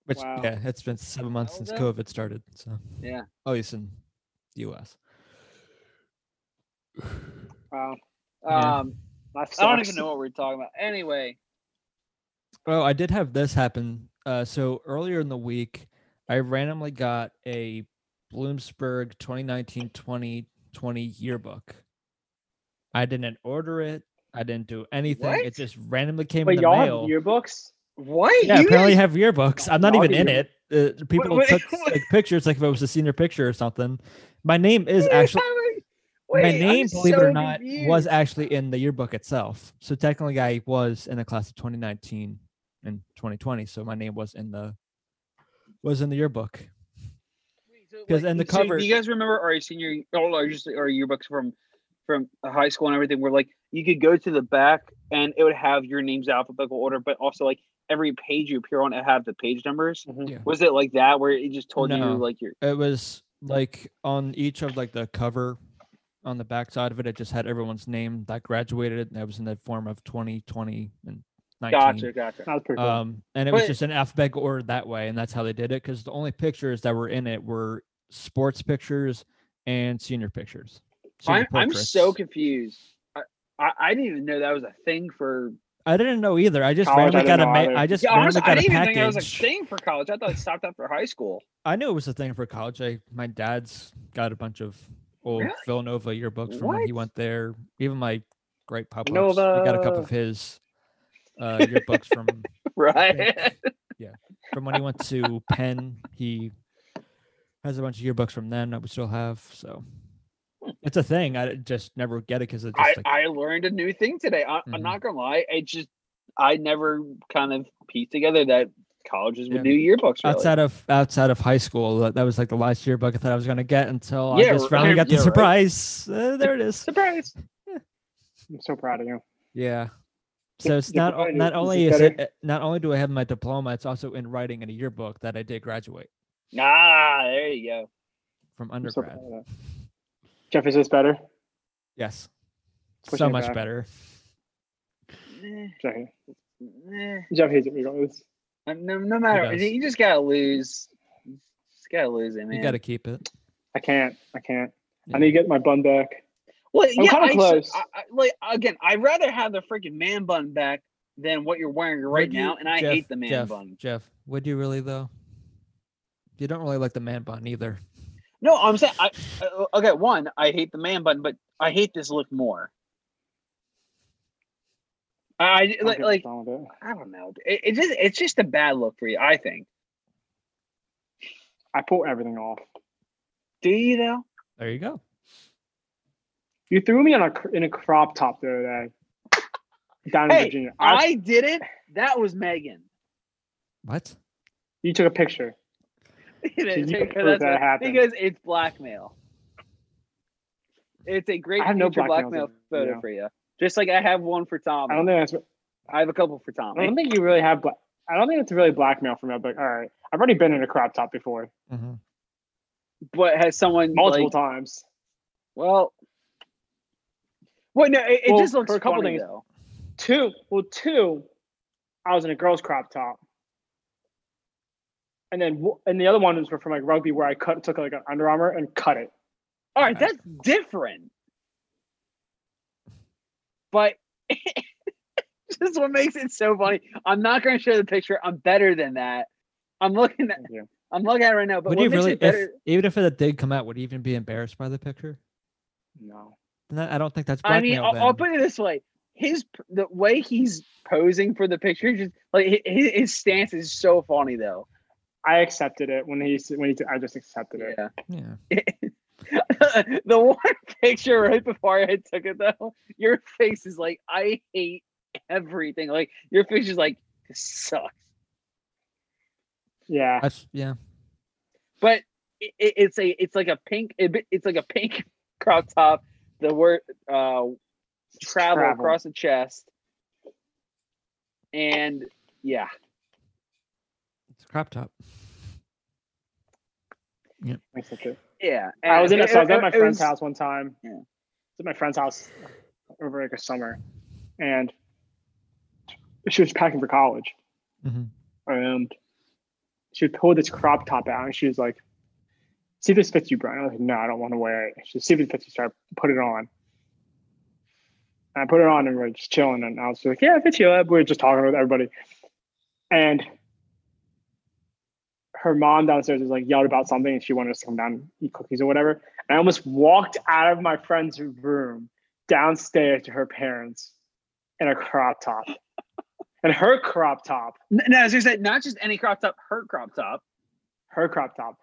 which
Wow.
yeah, it's been seven months since
Zelda?
COVID started. So
Yeah.
oh, it's in the U.S.
Wow.
Yeah.
Um,
Life
I don't
sucks.
even know what we're talking about. Anyway,
Oh, I did have this happen. Uh, so earlier in the week, I randomly got a Bloomsburg 2019 2020 yearbook. I didn't order it. I didn't do anything.
What?
It just randomly came
Wait,
in the
y'all
mail.
have yearbooks?
what?
yeah,
You
apparently
guys-
have yearbooks. I'm not
Y'all
even
have
in it. Uh, people
wait,
took
what?
like pictures, like if it was a senior picture or something. My name is
wait,
actually
I'm-
my
wait, I'm
name, believe it
so
or not, was
confused.
actually in the yearbook itself. So technically, I was in the class of 2019 and 2020. So my name was in the was in the yearbook.
Wait, so,
'Cause in the
so
cover-
do you guys remember our senior all our just our yearbooks from from high school and everything where like you could go to the back and it would have your names alphabetical order, but also like every page you appear on it have the page numbers.
Mhm.
Yeah.
Was it like that where it just told you
No.
like your
It was like on each of like the cover on the back side of it. It just had everyone's name that graduated, and that was in the form of 2020 and 19.
gotcha, gotcha.
That was pretty cool.
Um, and it was
But-
just an alphabetical order that way, and that's how they did it. Because the only pictures that were in it were sports pictures and senior pictures.
I'm,
senior
I'm so
portraits.
confused. I, I, I didn't even know that was a thing for.
I didn't know either. I just
College, I
randomly got a
didn't know
ma-
either.
I just
Yeah,
randomly
honestly, I
got a
didn't even
package.
think
I,
that was a thing for college. I thought it stopped after high school.
knew it was a thing for college. I, my dad's got a bunch of old
Really?
Villanova yearbooks from when he
What?
went there. Even my great pop ups, we got a couple
Nova.
of his uh, yearbooks from
Right.
from when he went to Penn. He has a bunch of yearbooks from them that we still have. So it's a thing. I just never get it because it
I,
just like,
I learned a new thing today. I,
Mhm.
I'm not gonna lie. It just I never kind of pieced together that colleges would
Yeah.
do yearbooks. Really.
outside of outside of high school that, that was like the last yearbook I thought I was gonna get until
Yeah,
I just
right.
finally got the
Yeah, right.
surprise. Uh, there it is.
surprise.
I'm so proud of you.
Yeah. So it's
the
not o-
divine
not
is- is
only is
better.
it uh, not only do I have my diploma, it's also in writing in a yearbook that I did graduate
Ah, there you go.
from
I'm so
undergrad.
proud of that. Jeff, is this better?
Yes.
Pushing
So
it
much
back.
better.
Eh,
Jeff,
eh.
Jeff hates it regardless.
Uh, No, no matter.
does.
You just gotta lose. You just gotta lose it, man.
You gotta keep it.
I can't. I can't.
Yeah.
I need to get my bun back.
Well, yeah,
kinda
I,
close.
I, I- like again, I'd rather have the freaking man bun back than what you're wearing right
Would you-
now, and I
Jeff,
hate the man
Jeff,
bun.
Jeff, would you really though? You don't really like the man bun either.
No, I'm saying, I, uh, okay, one, I hate the man bun, but I hate this look more. I I-
I don't
like,
get what's
like
wrong with it.
I don't know. It, it just it's just a bad look for you, I think.
I pull everything off.
Do you though?
There you go.
You threw me on a cr- in a crop top the other day down in
Hey,
Virginia. I,
I did it. That was Megan.
What?
you took a picture.
because,
can prove
that's
that
what-
happened.
because it's blackmail. It's a great
I have no
future
blackmails
blackmail
in-
photo
yeah.
for you. Just like I have one for Tom.
I don't think that's.
I have a couple for Tom.
I don't think you really have. Bla- I don't think it's really blackmail from me. But all right, I've already been in a crop top before
Mhm.
But has someone
multiple
like,
times.
Well, well, no, it, it
Well,
just looks
for a couple
funny
things-
though.
Two. Well, two. I was in a girl's crop top. And then, wo- and the other one was from like rugby, where I cut took like an Under Armour and cut it.
All right,
Okay.
that's different. But this is what makes it so funny. I'm not going to show the picture. I'm better than that. I'm looking at.
Thank you.
I'm looking at it right now. But
would
what
you
makes
really,
it better?
if, even if it did come out, would you even be embarrassed by the picture?
No.
Then that- I don't think that's
I mean,
blackmail.
I'll, I'll
then.
put it this way: his p- the way he's posing for the picture, just like his, his stance is so funny, though.
I accepted it when he s- when he t- I just accepted it.
Yeah.
yeah.
the one picture right before I took it, though, your face is like, I hate everything. Like your face is like, this sucks.
Yeah.
That's, yeah.
But it, it- it's a it's like a pink it- it's like a pink crop top. The word uh, travel,
Travel.
across the chest, and yeah,
It's a crop top.
I accepted it.
yeah.
I was in a,
and
so I was at my
it- it
friend's
was-
house one time.
Yeah.
I was at my friend's house over like a summer, and she was packing for college
Mhm.
and she pulled this crop top out and she was like, see if this fits you, Brian. I was like, no, I don't want to wear it. She said, see if it fits you, so I put it on. And I put it on and we're just chilling. And I was like, yeah, it fits you. We were just talking with everybody. And her mom downstairs was like yelled about something and she wanted us to come down and eat cookies or whatever. And I almost walked out of my friend's room downstairs to her parents in a crop top. and her crop top
N- No, as I said, not just any crop top, her crop top.
her crop top.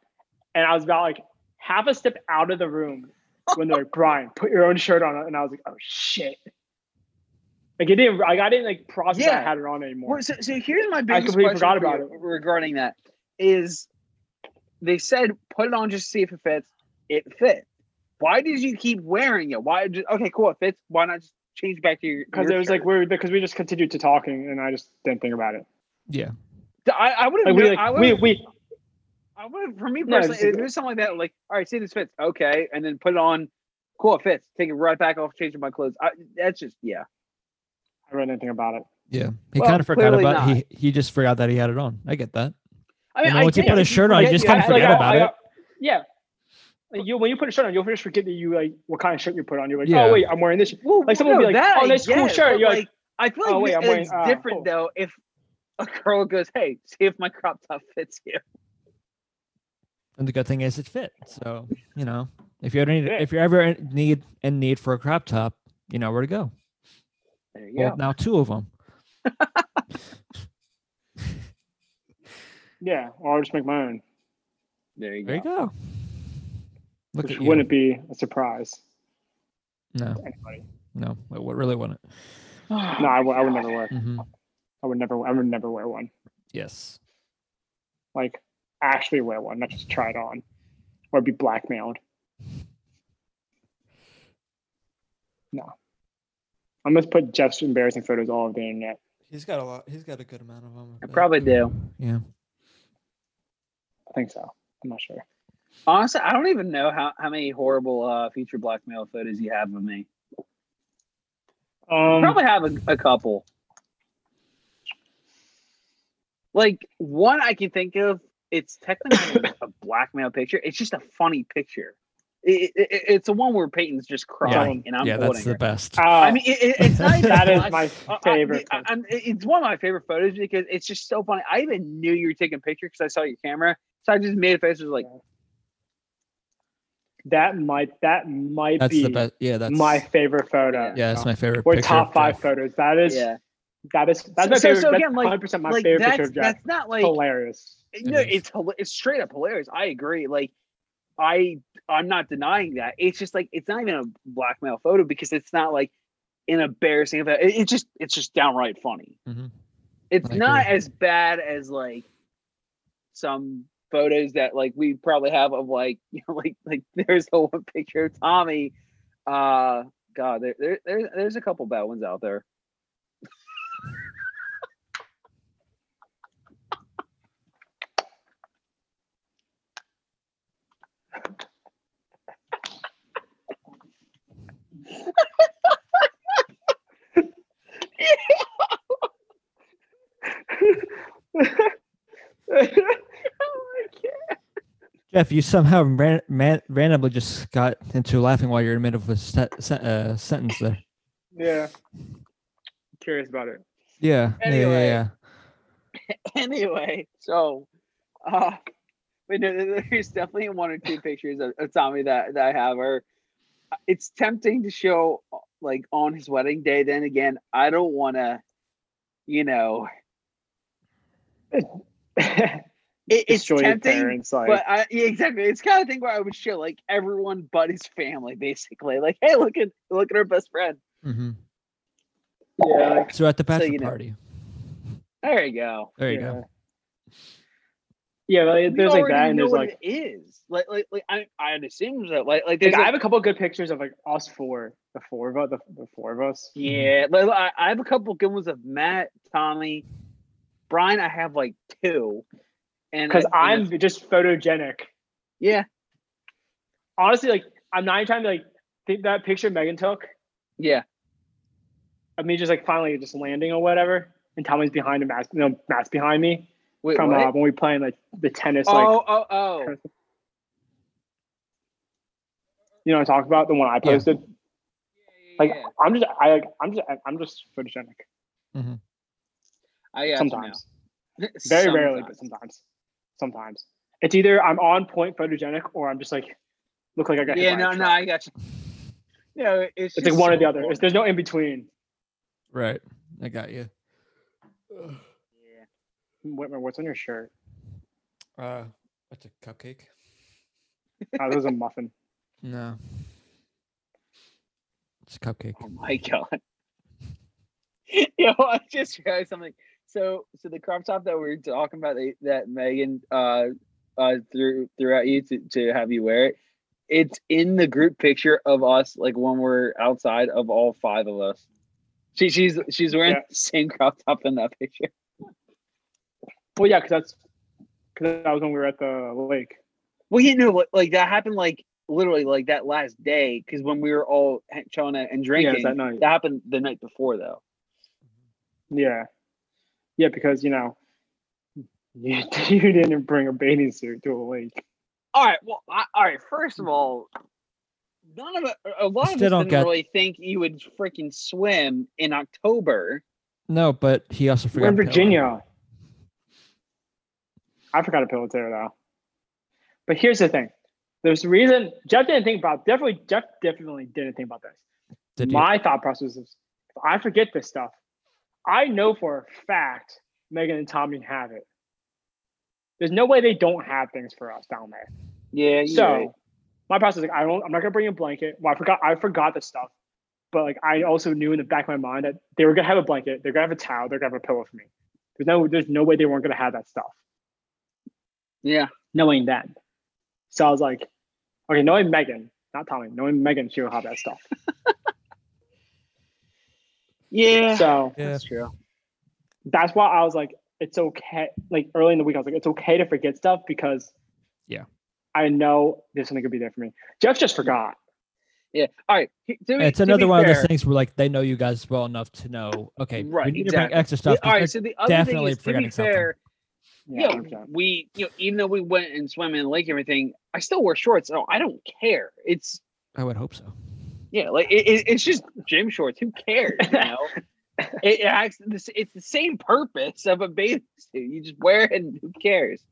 And I was about like half a step out of the room when they're like, Brian, put your own shirt on. And I was like, oh shit. Like it didn't like I didn't like process that I
Yeah.
had it on anymore.
Well, so, so here's my biggest
completely
question
forgot
for
about
you regarding that is they said put it on just to see if it fits. It fit. Why did you keep wearing it? Why? Just, okay, cool. It fits. Why not just change back to your?
Because
your
it was like weird because we just continued to talking and I just didn't think about it.
Yeah.
shirt? I, I would have.
Like we
I
like
would
we
have.
we
I would for me
No,
personally.
it's-
if it was something like that, like all right, see if this fits. Okay, and then put it on. Cool, it fits. Take it right back off. Change my clothes. I, that's just yeah.
I read anything about it.
Yeah. He
Well,
kind of forgot
clearly
about he he just forgot that he had it on. I get that.
I mean,
You know,
I
once you
get
put
it.
a shirt on, you
get-
just
yeah,
kind of
I-
forget
I-
about
I- uh,
it.
Yeah. Like you when you put a shirt on, you'll just forget that you like what kind of shirt you're put on. You're like,
Yeah.
oh wait, I'm wearing this.
Well,
Like, someone would
no,
be like,
that
"Oh,
I
that's cool
get,
shirt."
but,
You're
like, I feel like
"Oh, wait,
this-
I'm wearing-
it's
ah,
different
cool."
though. If a girl goes, "Hey, see if my crop top fits you,"
And the good thing is it fit. So, you know, if you ever need
Fit.
if you ever in need in need for a crop top, you know where to go.
there you
Well,
go.
now two of them.
Yeah, or I'll just make my own.
There you
There
go.
you go. Look
Which
at you.
wouldn't be a surprise.
No,
to Anybody.
no, it w- really wouldn't.
No, I, would- I would never wear.
hmm
I would never I would never wear one.
Yes.
like actually wear one, not just try it on, or be blackmailed. No, I'm gonna put Jeff's embarrassing photos all over the internet.
He's got a lot. He's got a good amount of them.
I probably do.
Yeah.
I think so. I'm not sure.
Honestly, I don't even know how, how many horrible uh, future blackmail photos you have of me.
Um,
Probably have a, a couple. Like one I can think of, it's technically not a blackmail picture. It's just a funny picture. It, it, it- it's the one where Peyton's just crying and I'm
yeah,
holding
that's
her.
the best.
uh,
I mean, it, it- it's not even
that
black-
is my
I- I-
favorite.
I,
photo.
am it's one of my favorite photos because it's just so funny. I even knew you were taking a picture because I saw your camera, so I just made a face. Was like,
that might that might
That's
be
the best. Yeah, that's
my favorite photo.
Yeah.
Yeah, that's my favorite.
Or
picture
top
of
five
Jeff.
photos. That is
yeah,
that is that's
So-
my
so-
favorite.
so
that's
again, like-
100% my
like
favorite
that's
picture of Jeff.
that's not like
Hilarious.
no,
is.
it's hila- it's straight up hilarious. I agree. Like, I I'm not denying that. It's just like it's not even a blackmail photo because it's not like an embarrassing event. It, it's just it's just downright funny.
Mhm.
It's
I
not
agree.
as bad as like some photos that like we probably have of like you know like like there's the one picture of Tommy. Uh God, there, there, there there's a couple bad ones out there. Oh
Jeff, you somehow ran, man, randomly just got into laughing while you're in the middle of a se- se- uh, sentence there.
Yeah. Curious about it.
Yeah. yeah,
Anyway.
Yeah,
anyway, so uh but no, there- there's definitely one or two pictures of, of Tommy that, that I have or it's tempting to show uh, like on his wedding day. Then again, I don't wanna, you know it, it's
Destroy your
tempting.
parents. Like,
But I yeah, exactly. It's kind of thing where I would show like everyone but his family, basically. Like, hey, look at look at our best friend.
yeah. hmm
yeah, like,
So at the bachelor
you know.
party.
There you go.
There you
yeah.
go.
Yeah, like,
We
there's like
already
that, and
know
there's
what
like,
it is. Like like like I I assume that like like
like
there's
I
like,
have a couple good pictures of like us four, the four of us, the, the four of us.
Yeah, like, I I have a couple good ones of Matt, Tommy, Brian. I have like two, and
Because
and
I'm
it's-
just photogenic.
yeah,
Honestly, like I'm not even trying to like think that picture Megan took
yeah,
of me just like finally just landing or whatever. and Tommy's behind him, Matt's, you know, Matt's behind me
Wait,
from
what?
uh, when we playing like the tennis, like
oh, oh, oh.
you know, what I talked about the one I
Yeah.
posted. Like
yeah.
I'm just, I like, I'm just, I'm just photogenic
I got you now.
sometimes, very rarely, but sometimes, sometimes it's either I'm on point photogenic or I'm just like look like I got. hit
yeah,
by a
no,
truck.
no, I got you. No, it's,
It's
just
like one or
so
the other.
boring.
It's, there's no in between.
Right. I got you.
Yeah.
Whitmer, what's on your shirt?
Uh, that's a cupcake.
Oh, this is a muffin.
No. It's a cupcake.
Oh my god. Yo, I just realized something. So, so the crop top that we were talking about that, that Megan uh uh threw threw at you to, to have you wear it. It's in the group picture of us, like when we're outside of all five of us. She, she's she's wearing
Yeah.
the same crop top in that picture.
Well, yeah, because that's because that was when we were at the lake.
Well, you know, like, like that happened, like literally, like that last day, because when we were all ha- chilling out and
Yeah, it
drinking,
was that night.
that happened the night before, though.
Yeah, yeah, because you know, you, you didn't bring a bathing suit to a lake.
All right. Well, I, all right. First of all, none of a, a lot
Mm-hmm. Still
of us
don't
didn't
get-
really think you would freaking swim in October.
No, but he also forgot.
We're in
a pillow.
Virginia. I forgot a pillow there though. But here's the thing: there's a reason Jeff didn't think about. Definitely, Jeff definitely didn't think about this.
Did he?
My thought process is: if I forget this stuff, I know for a fact Megan and Tommy have it. There's no way they don't have things for us down there.
Yeah. you're
So
right.
my process is like I don't I'm not gonna bring a blanket. Well, I forgot I forgot this stuff, but like I also knew in the back of my mind that they were gonna have a blanket, they're gonna have a towel, they're gonna have a pillow for me. There's no there's no way they weren't gonna have that stuff,
yeah.
knowing that. So I was like, okay, knowing Megan, not Tommy, knowing Megan, she'll have that stuff.
Yeah.
So
Yeah.
That's true.
that's why I was like, it's okay. Like early in the week, I was like, it's okay to forget stuff because
Yeah.
I know there's something gonna be there for me. Jeff just forgot.
Yeah. All right. he- to be-
It's
to
another
be
one of
fair-
those things where like they know you guys well enough to know. Okay, we
Right,
need to
exactly.
bring extra stuff.
Yeah, all right.
because
So the other thing
definitely
is, to be
forgetting something.
fair,
Yeah,
you know,
100%.
we you know even though we went and swam in the lake and everything, I still wear shorts. So I don't care. It's
I would hope so.
Yeah, like it, it, it's just gym shorts. Who cares? You know, it, it acts. It's it's the same purpose of a bathing suit. You just wear it, and who cares?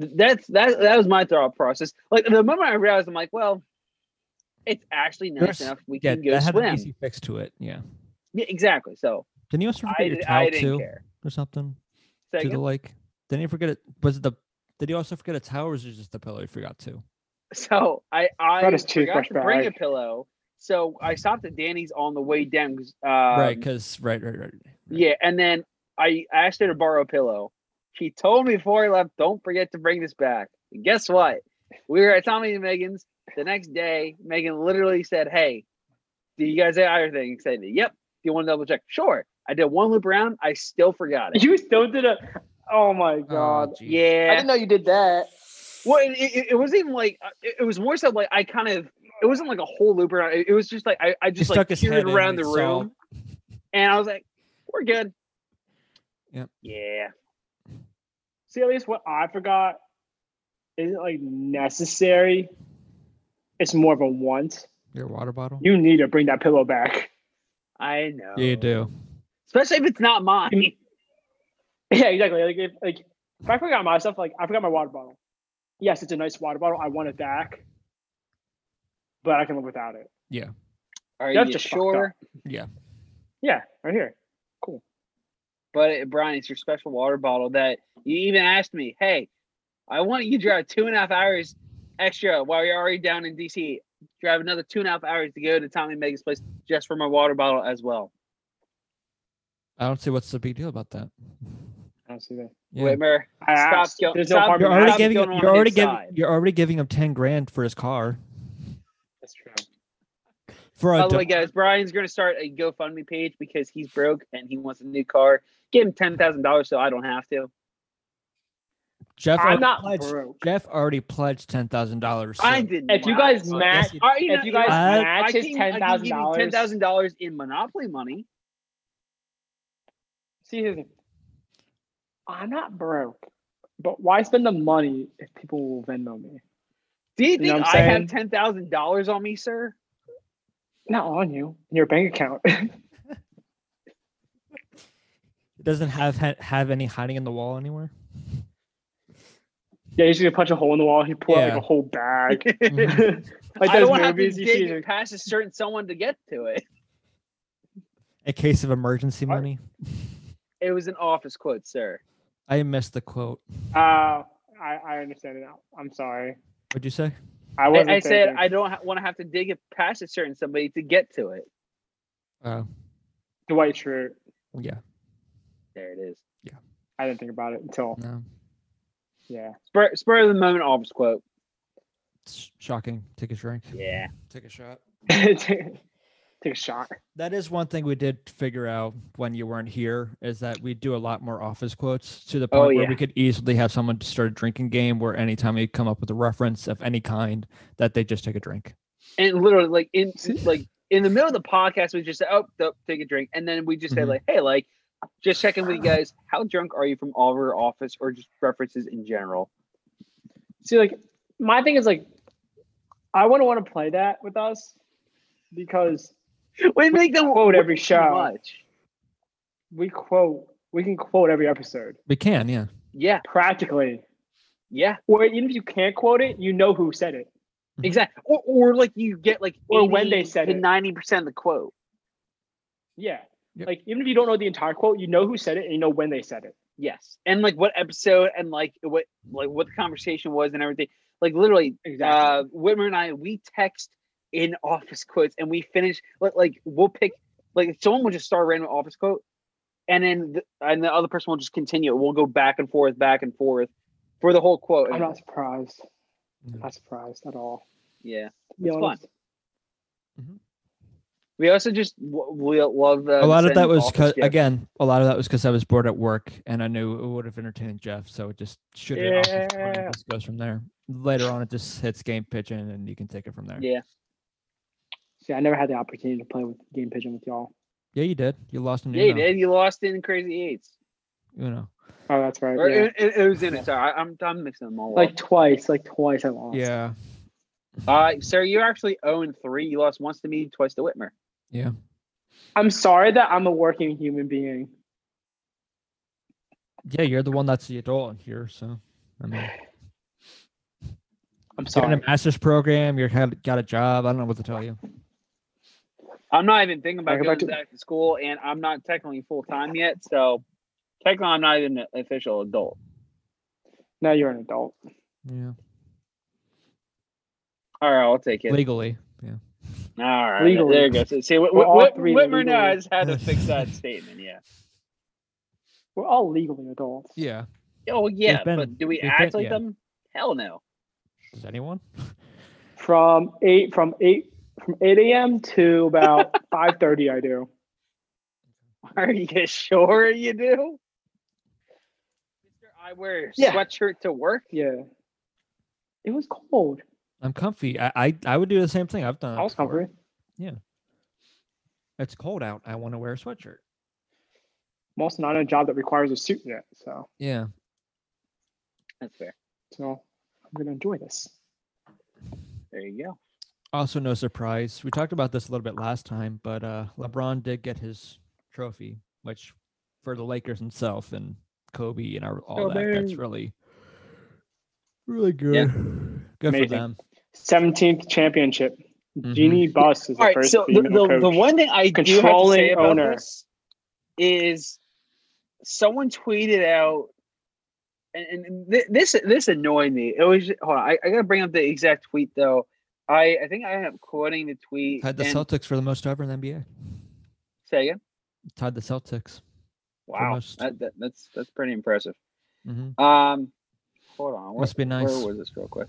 Th- That's that. That was my thought process. Like the moment I realized, I'm like, well, it's actually nice
There's-
enough. We
Yeah,
can go
that had an
swim.
easy fix to it. Yeah.
Yeah, exactly. So
Didn't you also forget
I,
your
d-
towel
I
too,
didn't care.
or something
Say
to the
again?
lake? Didn't you forget it? Was it the? Did you also forget a towel, or was it just the pillow you forgot too?
So I I
Got his
forgot
toothbrush
to bring a
bag.
pillow. So I stopped at Danny's on the way down. 'cause,
right,
um,
because right, right, right. right.
Yeah, and then I asked her to borrow a pillow. She told me before I left, don't forget to bring this back. And guess what? We were at Tommy and Megan's the next day. Megan literally said, Hey, do you guys have everything? I said, Yep. Do you want to double check? Sure. I did one loop around. I still forgot it.
You still did a. Oh
Uh,
my
Oh,
god!
geez.
Yeah.
know you did that.
Well, it, it, it wasn't even like uh, it, it was more so like I kind of it wasn't like a whole loop around. It, it was just like I, I just
stuck
like
his
peered
head in
around
and
the
saw-
room, and I was like, "We're good."
Yep.
Yeah.
See, at least what I forgot isn't like necessary. It's more of a want.
Your water bottle.
You need to bring that pillow back.
I know.
yeah, you do.
Especially if it's not mine.
Yeah, exactly. Like if like if I forgot my stuff, like I forgot my water bottle. Yes, it's a nice water bottle. I want it back, but I can live without it.
Are
That's
you
just fucked
sure?
Yeah, right here.
But uh, Brian, it's your special water bottle that you even asked me. Hey, I want you to drive two and a half hours extra while you're already down in DC. Drive another two and a half hours to go to Tommy Megan's place just for my water bottle as well.
I don't see what's the big deal about that.
I don't see that.
Yeah.
Whitmer,
I
Stop
asked.
go-
There's
stop-
no harm. in
You're already
That's
asking.
giving him,
going on
you're already
his
giving
side.
you're already giving him ten grand for his car
That's true.
for
by
a
the way,
do-
guys, Brian's going to start a GoFundMe page because he's broke and he wants a new car. Give him ten thousand dollars so I don't have to.
Jeff.
I'm
already
not
pledged,
broke.
Jeff already pledged ten thousand dollars.
I did.
If you
not.
guys match,
you-
All right,
if
know-
you guys
I-
match his ten thousand
ten
dollars,
thousand dollars in Monopoly money.
see his. I'm not broke, but why spend the money if people will Venmo me?
Do you,
know
think
what I'm
I have
saying?
ten thousand dollars on me, sir?
Not on you in your bank account.
It doesn't have ha- have any hiding in the wall anywhere.
yeah, he's gonna punch a hole in the wall. He pull out
Yeah.
like a whole bag.
Mhm.
like
I don't
those
want to have to
movies you see.
dig
like,
past a certain someone to get to it.
A case of emergency
What?
money.
It was an office quote, sir.
I missed the quote.
Uh, I, I understand it now. I'm sorry.
What'd you say?
I
I,
wasn't.
I said
thinking.
I don't ha- want to have to dig it past a certain somebody to get to it.
Oh,
Dwight Schrute.
yeah.
There it is.
I didn't think about it until
No,
yeah.
Spur, spur of the moment office quote.
it's shocking. Take a drink.
Yeah.
Take a shot.
Take a shot.
That is one thing we did figure out when you weren't here is that we do a lot more office quotes to the point
Oh,
where
yeah.
we could easily have someone start a drinking game where anytime we come up with a reference of any kind that they just take a drink.
And literally, like in like in the middle of the podcast, we just say, "Oh, nope, take a drink," and then we just say,
Mm-hmm.
Mhm.
"Like, hey, like, just checking with you guys. How drunk are you from all of our office, or just references in general?"
See, like my thing is like, I wouldn't want to play that with us because
We make them
Quote every
too
show.
Much.
we quote, we can quote every episode
We can, yeah.
Yeah.
practically.
Yeah.
Or even if you can't quote it, you know who said it.
Mhm.
Exactly. Or, or like you get like
Mm-hmm. Or when they
80
said
to
it.
ninety percent of the quote.
Yeah.
Yep.
Like even if you don't know the entire quote, you know who said it and you know when they said it.
Yes, and like what episode and like what like what the conversation was and everything. Like literally, uh, Whitmer and I we text in office quotes and we finish like like we'll pick like someone will just start a random office quote, and then the, and the other person will just continue. We'll go back and forth, back and forth for the whole quote.
I'm not surprised.
Yeah.
Not surprised at all.
yeah,
To be
It's fun.
honest.
we also just w- we love uh,
a lot of
sending
that was
office
cause,
gifts.
again a lot of that was because i was bored at work and i knew it would have entertained jeff so it just should it off and it
Yeah.
just goes from there later on it just hits game pitching and you can take it from there yeah,
Yeah,
See, I never had the opportunity to play with Game Pigeon with y'all.
you did you lost in
yeah, you did. You lost in Crazy Eights.
you know
Oh, that's right.
Or
yeah.
it, it, it was in it. Sorry, I, I'm I'm mixing them all up.
like twice, like twice I lost.
yeah
Uh, sir, you're actually 0 and 3. You lost once to me, twice to Whitmer.
yeah
I'm sorry that I'm a working human being.
yeah you're the one that's the adult in here so i mean
I'm
you're in
sorry.
a master's program you're kind of got a job i don't know what to tell you
I'm not even thinking about
Talk
going
about
back to school, and I'm not technically full time yet. So, technically, I'm not even an official adult.
Now you're an adult.
yeah
All right, I'll take it.
legally yeah
All right.
Legally.
There you go. So, see, Whit-
We're all
Whit-
three
Whitmer
legally.
knows how to fix that statement. Yeah.
We're all legally adults.
yeah
Oh, yeah.
been-
but do we
we've been-
act like
yeah.
them? Hell no.
does anyone
From eight from eight from eight AM to about five thirty I do.
Are you sure you do? Mister, I wear a
Yeah.
sweatshirt to work.
Yeah. It was cold.
i'm comfy i i, I would do the same thing i've done it
I was
before.
hungry.
it's cold out i want to wear a sweatshirt
I'm also not in a job that requires a suit yet, so
yeah
That's fair.
so I'm gonna enjoy this.
There you go.
Also, no surprise. We talked about this a little bit last time, but uh, LeBron did get his trophy, which for the Lakers himself and Kobe and our, all that. That's
Kobe.
really, really good.
Yeah.
Good
Amazing.
for them.
Seventeenth championship.
Mhm.
Jeannie Buss is the
All right.
first
So the,
female
the, the
coach.
one thing I do have to
Controlling
say about
owner.
this is someone tweeted out, and, and th- this this annoyed me. It was hold on. I, I gotta bring up the exact tweet though. I I think I am quoting the tweet.
Tied the
and-
Celtics for the most ever in the NBA.
say again?
Tied the Celtics.
Wow,
most.
that, that, that's that's pretty impressive.
hmm
Um, hold on. Where,
Must be nice.
Where was this real quick?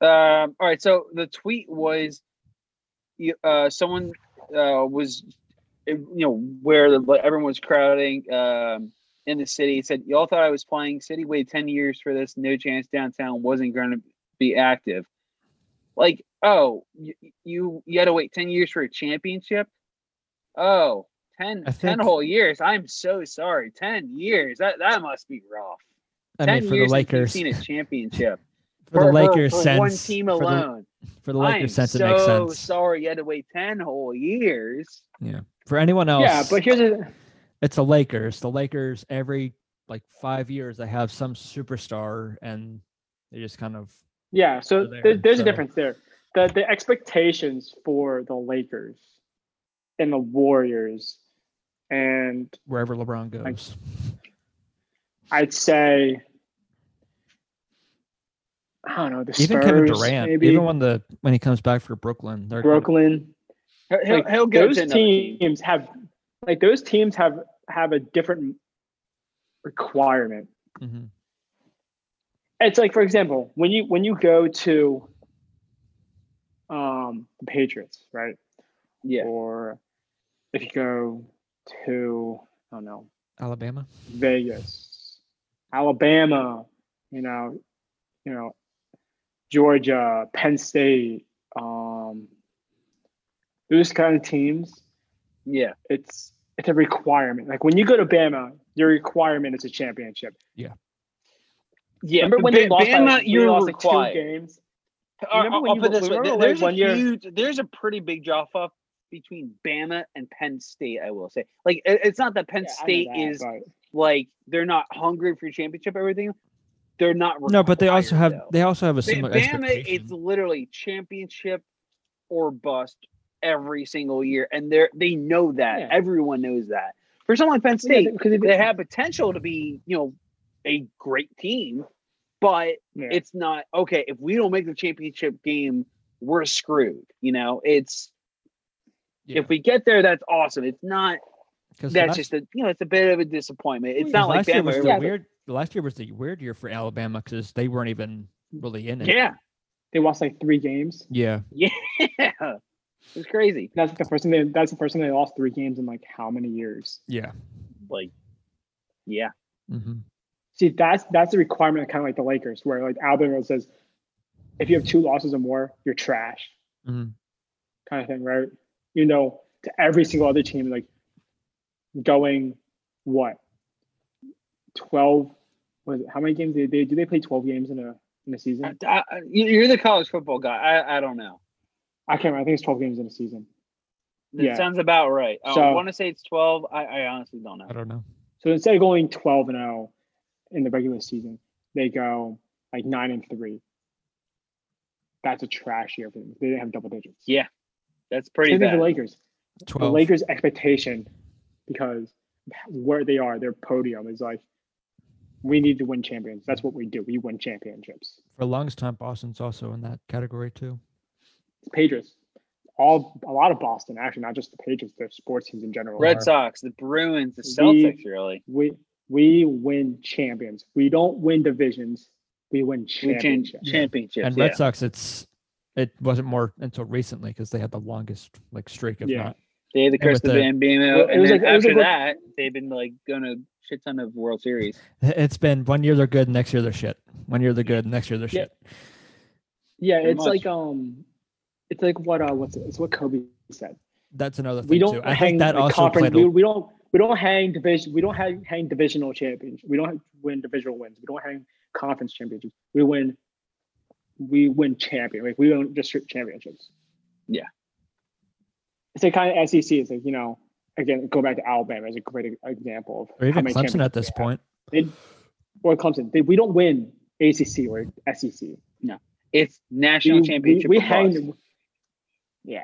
Um, all right, so the tweet was, you- uh, someone uh, was, it- you know, where the, like, everyone was crowding um, in the city. It said, "Y'all thought I was playing. City waited ten years for this. No chance. Downtown wasn't going to be active. Like, oh, you, you you had to wait ten years for a championship. Oh, 10,
I
10
think-
whole years. I'm so sorry. 10 years. That that must be rough.
I
10
mean, for the
years since you've
Lakers,
seen a championship.
for the Lakers
for
sense,
one team
for the-
alone.
for the
I'm
Lakers sense, it makes
so
sense.
sorry you had to wait 10 whole years.
For anyone else,
Yeah, but here's a
it's the Lakers. The Lakers every like five years they have some superstar and they just kind of
yeah. So
So there,
there- there's
so-
a difference there. The the expectations for the Lakers and the Warriors, and
wherever LeBron goes.
Like- I'd say I don't know the
even
Spurs,
Kevin Durant,
maybe
even when the when he comes back for Brooklyn, they're gonna-
Brooklyn.
He'll, he'll,
Like,
he'll go
those
to another team.
teams have like those teams have have a different requirement
Mhm.
it's like for example when you when you go to um the patriots right
Yeah.
or if you go to i don't know
Alabama.
vegas alabama you know you know georgia penn state um those kind of teams
Yeah.
it's it's a requirement. Like when you go to Bama, your requirement is a championship.
Yeah.
Remember when they lost, by,
Bama,
they
you're
lost like two
required.
games?
Or-
Remember
I'll,
when
I'll
you
put
were-
it this way:
remember
there-
when
there's a
one year-
huge, there's a pretty big drop off between Bama and Penn State. I will say, like, it- it's not that Penn
Yeah, I know
State
that,
is
but
like they're not hungry for championship. Everything, they're not. Required,
No, but they also have
though.
they also have a
Ba-
similar
Bama.
expectation.
It's literally championship or bust every single year, and they're they know that.
Yeah.
Everyone knows that. For someone like Penn
yeah,
State,
because if-
they have potential to be, you know, a great team, but
yeah.
it's not okay if we don't make the championship game we're screwed you know it's
Yeah.
if we get there that's awesome it's not
'Cause
that's
last-
just a you know it's a bit of a disappointment it's
because
not like
last year
Bama
was the
yeah,
weird. Last year was the weird year for Alabama because they weren't even really in it.
yeah
they lost like three games.
Yeah.
yeah it's crazy
That's the first time. They, that's the first time they lost three games in like how many years?
Yeah.
like yeah
hmm
See, that's that's the requirement, kind of like the Lakers, where like Alabama says, if you have two losses or more, you're trash,
Mhm.
kind of thing, right? You know, to every single other team, like going what twelve? Was it, how many games did they do? They play twelve games in a in
I,
a season.
I, I- you- you're the college football guy i, I don't know
I can't remember. I think it's twelve games in a season.
that
Yeah.
sounds about right i
So-
want to say it's 12 i, I honestly don't know
I don't know.
So instead of going twelve and zero in the regular season, they go like nine and three. That's a trash year for them. They didn't have double digits.
that's pretty
Same thing for
bad
the Lakers.
Twelve.
the Lakers' expectation because where they are, their podium is like, we need to win champions. That's what we do. We win championships.
for the longest time, Boston's also in that category too.
It's Patriots, all a lot of Boston actually, not just the Patriots, their sports teams in general.
red
Or-
sox the bruins the
We-
celtics really
We we win champions. We don't win divisions. We win
we change
championships.
championships
and
yeah.
Red Sox, it's it wasn't more until recently because they had the longest like streak of
Yeah.
not.
They had the
And
curse
with
of
the-
Van Bino,
Well, it
and
was
then
like- it was
after
like what-
that, they've been like going to shit ton of World Series.
It's been one year they're good, next year they're shit. One year they're good, next year they're
Yeah.
shit.
Yeah,
Pretty
it's
much.
like um, it's like what uh, what's it? it's what Kobe said.
That's another thing
We don't
too. I
hang
think that
the
also
conference.
played.
We,
A,
we don't we don't hang division. We don't hang, hang divisional championships. We don't win divisional wins. We don't hang conference championships. We win. We win champion. Like we win district championships.
Yeah.
It's like kind of SEC. It's like you know again go back to Alabama as a great e, example of
or
how
even
many
Clemson at
championships
this
they have.
point.
They- or Clemson. They, we don't win ACC or SEC.
It's national
We-
championship.
We, we
or bust.
hang. Yeah.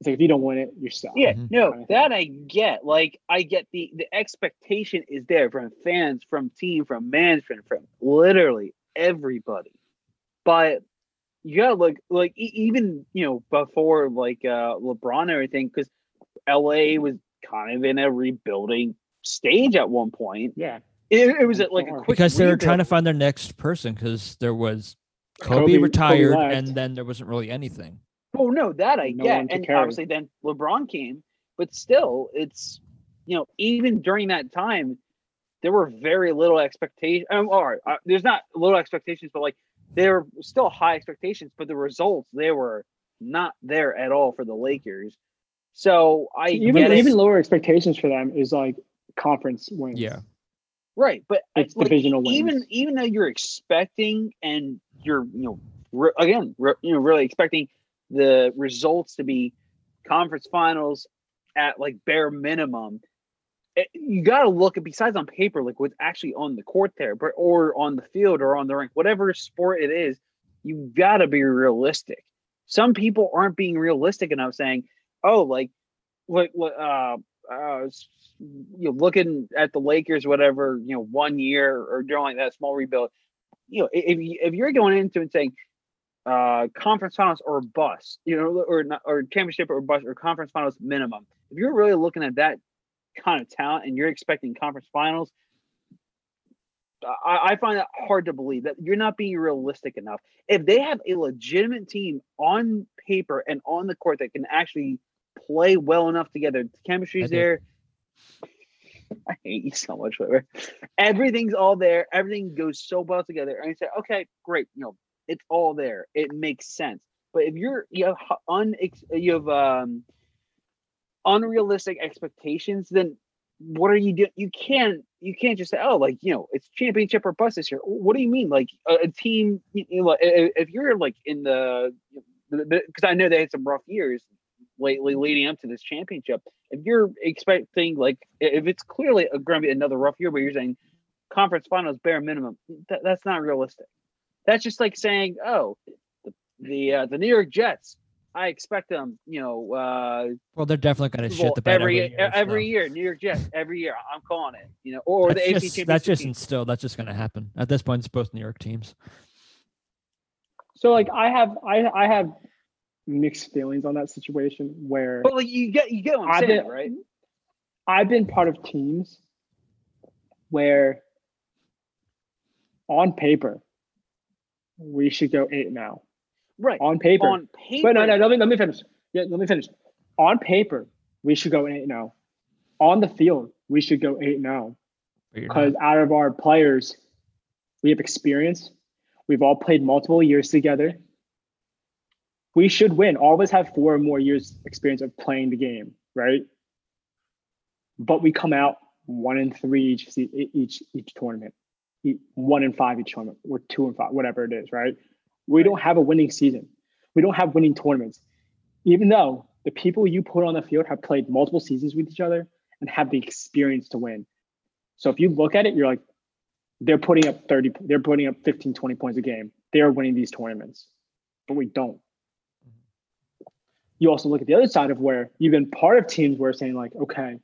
It's like if you don't win it, you suck.
Yeah,
Mhm.
no, that I get. Like, I get the the expectation is there from fans, from team, from management, from literally everybody. But you gotta look like e- even you know before like uh LeBron and everything, because LA was kind of in a rebuilding stage at one point.
Yeah.
It, it was at like a
Sure.
quick
because they were trying to
rebuild.
find their next person because there was Kobe,
Kobe- Kobe
retired
left.
and then there wasn't really anything.
Well, Oh, no, that I
No
get,
one to
and
carry.
obviously then LeBron came, but still, it's you know even during that time, there were very little expectations. Um, all right, uh, there's not little expectations, but like there were still high expectations, but the results they were not there at all for the Lakers. So I
even
get it.
even lower expectations for them is like conference wins.
Yeah.
Right, but I-
It's divisional wins.
even even though you're expecting and you're you know re- again re- you know really expecting the results to be conference finals at like bare minimum, it, you got to look at besides on paper like what's actually on the court there, but or on the field or on the rink, whatever sport it is, you got to be realistic. Some people aren't being realistic enough, saying, "Oh, like what what uh." uh you know, looking at the Lakers, whatever, you know, one year or during that small rebuild, you know, if you- if you're going into and saying uh, conference finals or bust, you know, or not, or championship or bust or conference finals minimum, if you're really looking at that kind of talent and you're expecting conference finals, I, I find that hard to believe that you're not being realistic enough. If they have a legitimate team on paper and on the court that can actually play well enough together, the
I
chemistry's
think-
there. I hate you so much, Weber. Everything's all there. Everything goes so well together. And you say, okay, great. You know, it's all there. It makes sense. But if you're you have h- unex- you have um, unrealistic expectations, then what are you doing? You can't you can't just say, oh, like you know, it's championship or bust this year. What do you mean? Like a, a team? You you know, i- i- if you're like in the because I know they had some rough years lately leading up to this championship. If you're expecting like i- if it's clearly going to be another rough year, but you're saying conference finals bare minimum, that, that's not realistic. That's just like saying, oh, the the, uh, the New York Jets. I expect them, you know, uh,
Well, they're definitely going to
well,
shit the bed every,
every e,
year,
every
so.
year, New York Jets every year. I'm calling it, you know, or
that's
the
just,
AFC championship.
That's just
team.
instilled. That's just going to happen. At this point, it's both New York teams.
So like I have I I have mixed feelings on that situation where
But like you get you get what I'm
I've
saying,
been-
right?
I've been part of teams where on paper we should go eight now.
Right.
On paper.
On paper.
Wait, no, no, let me let me finish. Yeah, let me finish. On paper, we should go eight now. On the field, we should go eight now.
but you're not.
Because out of our players, we have experience. We've all played multiple years together. We should win. All of us have four or more years experience of playing the game, right? But we come out one and three each se- e-, each each tournament, E- one and five each tournament, or two and five, whatever it is, right? We don't have a winning season. We don't have winning tournaments, even though the people you put on the field have played multiple seasons with each other and have the experience to win. So if you look at it, you're like, they're putting up 30, they're putting up 15, 20 points a game. They are winning these tournaments, but we don't. You also look at the other side of where you've been part of teams where saying like, okay,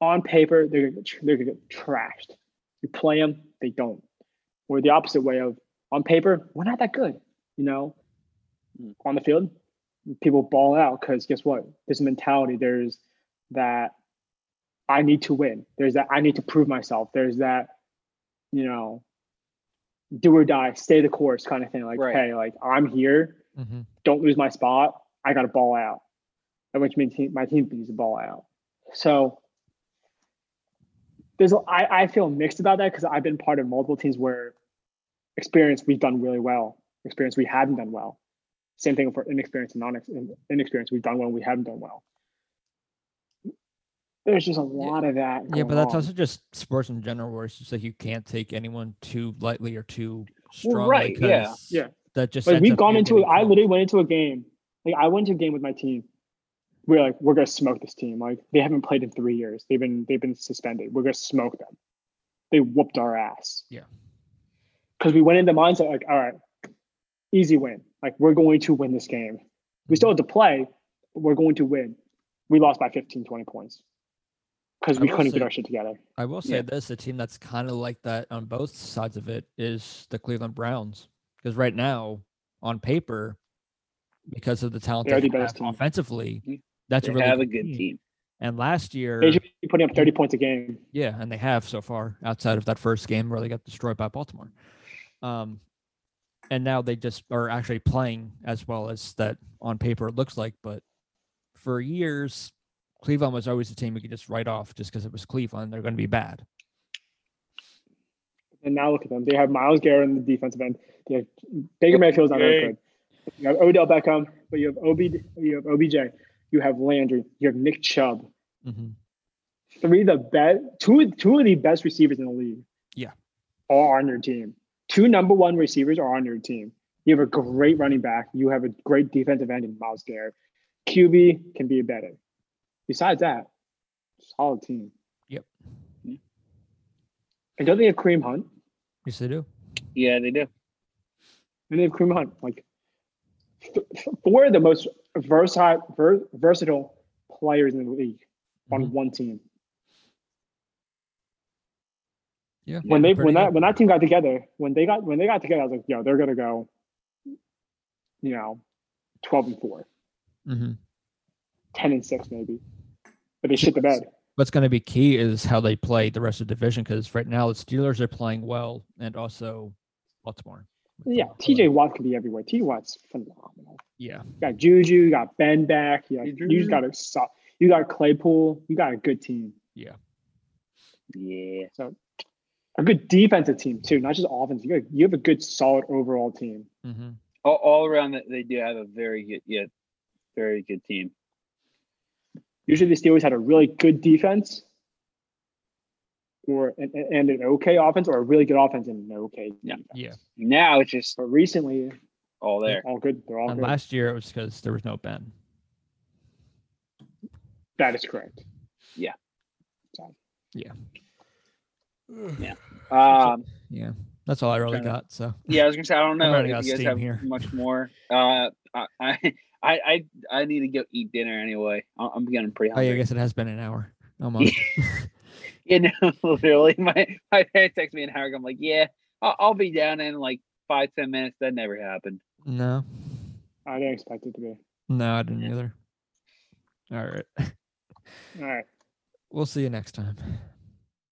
on paper, they're gonna, get tr- they're gonna get trashed. You play them, they don't. Or the opposite way of on paper, we're not that good, you know, on the field, people ball out because guess what? There's a mentality, there's that I need to win. There's that I need to prove myself. There's that, you know, do or die, stay the course kind of thing. Like,
Right.
hey, like I'm here.
Mhm.
Don't lose my spot. I got to ball out, And which means he- my team needs to ball out. So there's a- I, I feel mixed about that because I've been part of multiple teams where experience we've done really well, experience we haven't done well. Same thing for inexperience and non inexperience we've done well, we haven't done well. There's just a lot of that.
Yeah,
going
but that's
on.
also just sports in general, where it's just like you can't take anyone too lightly or too strongly.
right, yeah.
'cause
Yeah.
That just
like
ends
we've
up
gone
you
into
getting
I
killed.
literally went into a game. Like I went to a game with my team. We are like, we're gonna smoke this team. Like they haven't played in three years. They've been they've been suspended. We're gonna smoke them. They whooped our ass.
Yeah.
Cause we went in the mindset like, all right, easy win. Like we're going to win this game. We still have to play, but we're going to win. We lost by 15, 20 points. Because
I
we
will
couldn't get
say-
our shit together.
I will say
Yeah.
this: a team that's kind of like that on both sides of it is the Cleveland Browns, because right now, on paper, because of the talent
They are
they
the best
have
team. Mm-hmm.
offensively,
Mhm.
that's
They
a really
have a good team.
And last year,
They should be putting up 30 points a game.
yeah, and they have so far outside of that first game where they got destroyed by Baltimore. Um, and now they just are actually playing as well as that on paper it looks like. But for years, Cleveland was always a team we could just write off just because it was Cleveland. They're going to be bad.
And now look at them. They have Miles Garrett in the defensive end. They have Baker Mayfield's not very
Yay.
good. You have Odell Beckham, but you have OB, you have OBJ, you have Landry, you have Nick Chubb.
Mhm.
Three of the best, two two of the best receivers in the league.
Yeah.
are on your team. Two number one receivers are on your team. You have a great running back. You have a great defensive end in Miles Garrett. QB can be better. Besides that, solid team.
Yep.
And don't they have Kareem Hunt?
Yes, they do.
Yeah, they do.
And they have Kareem Hunt. Like f- f- four of the most versatile, ver- versatile players in the league on
Mhm.
one team.
Yeah.
When they
pretty
when that
good.
when that team got together, when they got when they got together, I was like, yo, they're gonna go, you know, twelve and four,
Mhm.
10 and six maybe. But they shit the bed.
What's going to be key is how they play the rest of the division because right now the Steelers are playing well and also Baltimore.
Yeah, TJ Watt can be everywhere. TJ Watt's phenomenal.
Yeah.
You got Juju, you got Ben back, you, got,
Juju.
you just got a so- you got Claypool, you got a good team,
Yeah.
a good defensive team too, not just offense. You, got, you have a good, solid overall team.
hmm
All, all around, that they do have a very good, yeah, very good team.
Usually, the Steelers had a really good defense, or and, and an okay offense, or a really good offense and an okay
Yeah.
defense.
Yeah.
Now it's just
But recently,
all there.
all good. They're all
And
good.
last year it was because there was no Ben.
that is correct.
Um,
Yeah. That's all I really
Okay.
got. So
yeah, I was gonna say I don't know if
running out of
you guys
steam
have
here.
much more. Uh, I, I, I, I need to go eat dinner anyway. I- I'm getting pretty
oh, yeah, I
hungry.
guess it has been an hour almost.
you know, literally, my my parents text me an hour ago. I'm like, yeah, I'll, I'll be down in like five ten minutes. That never happened.
no.
I didn't expect it to be.
No, I didn't either. All right.
All right.
We'll see you next time.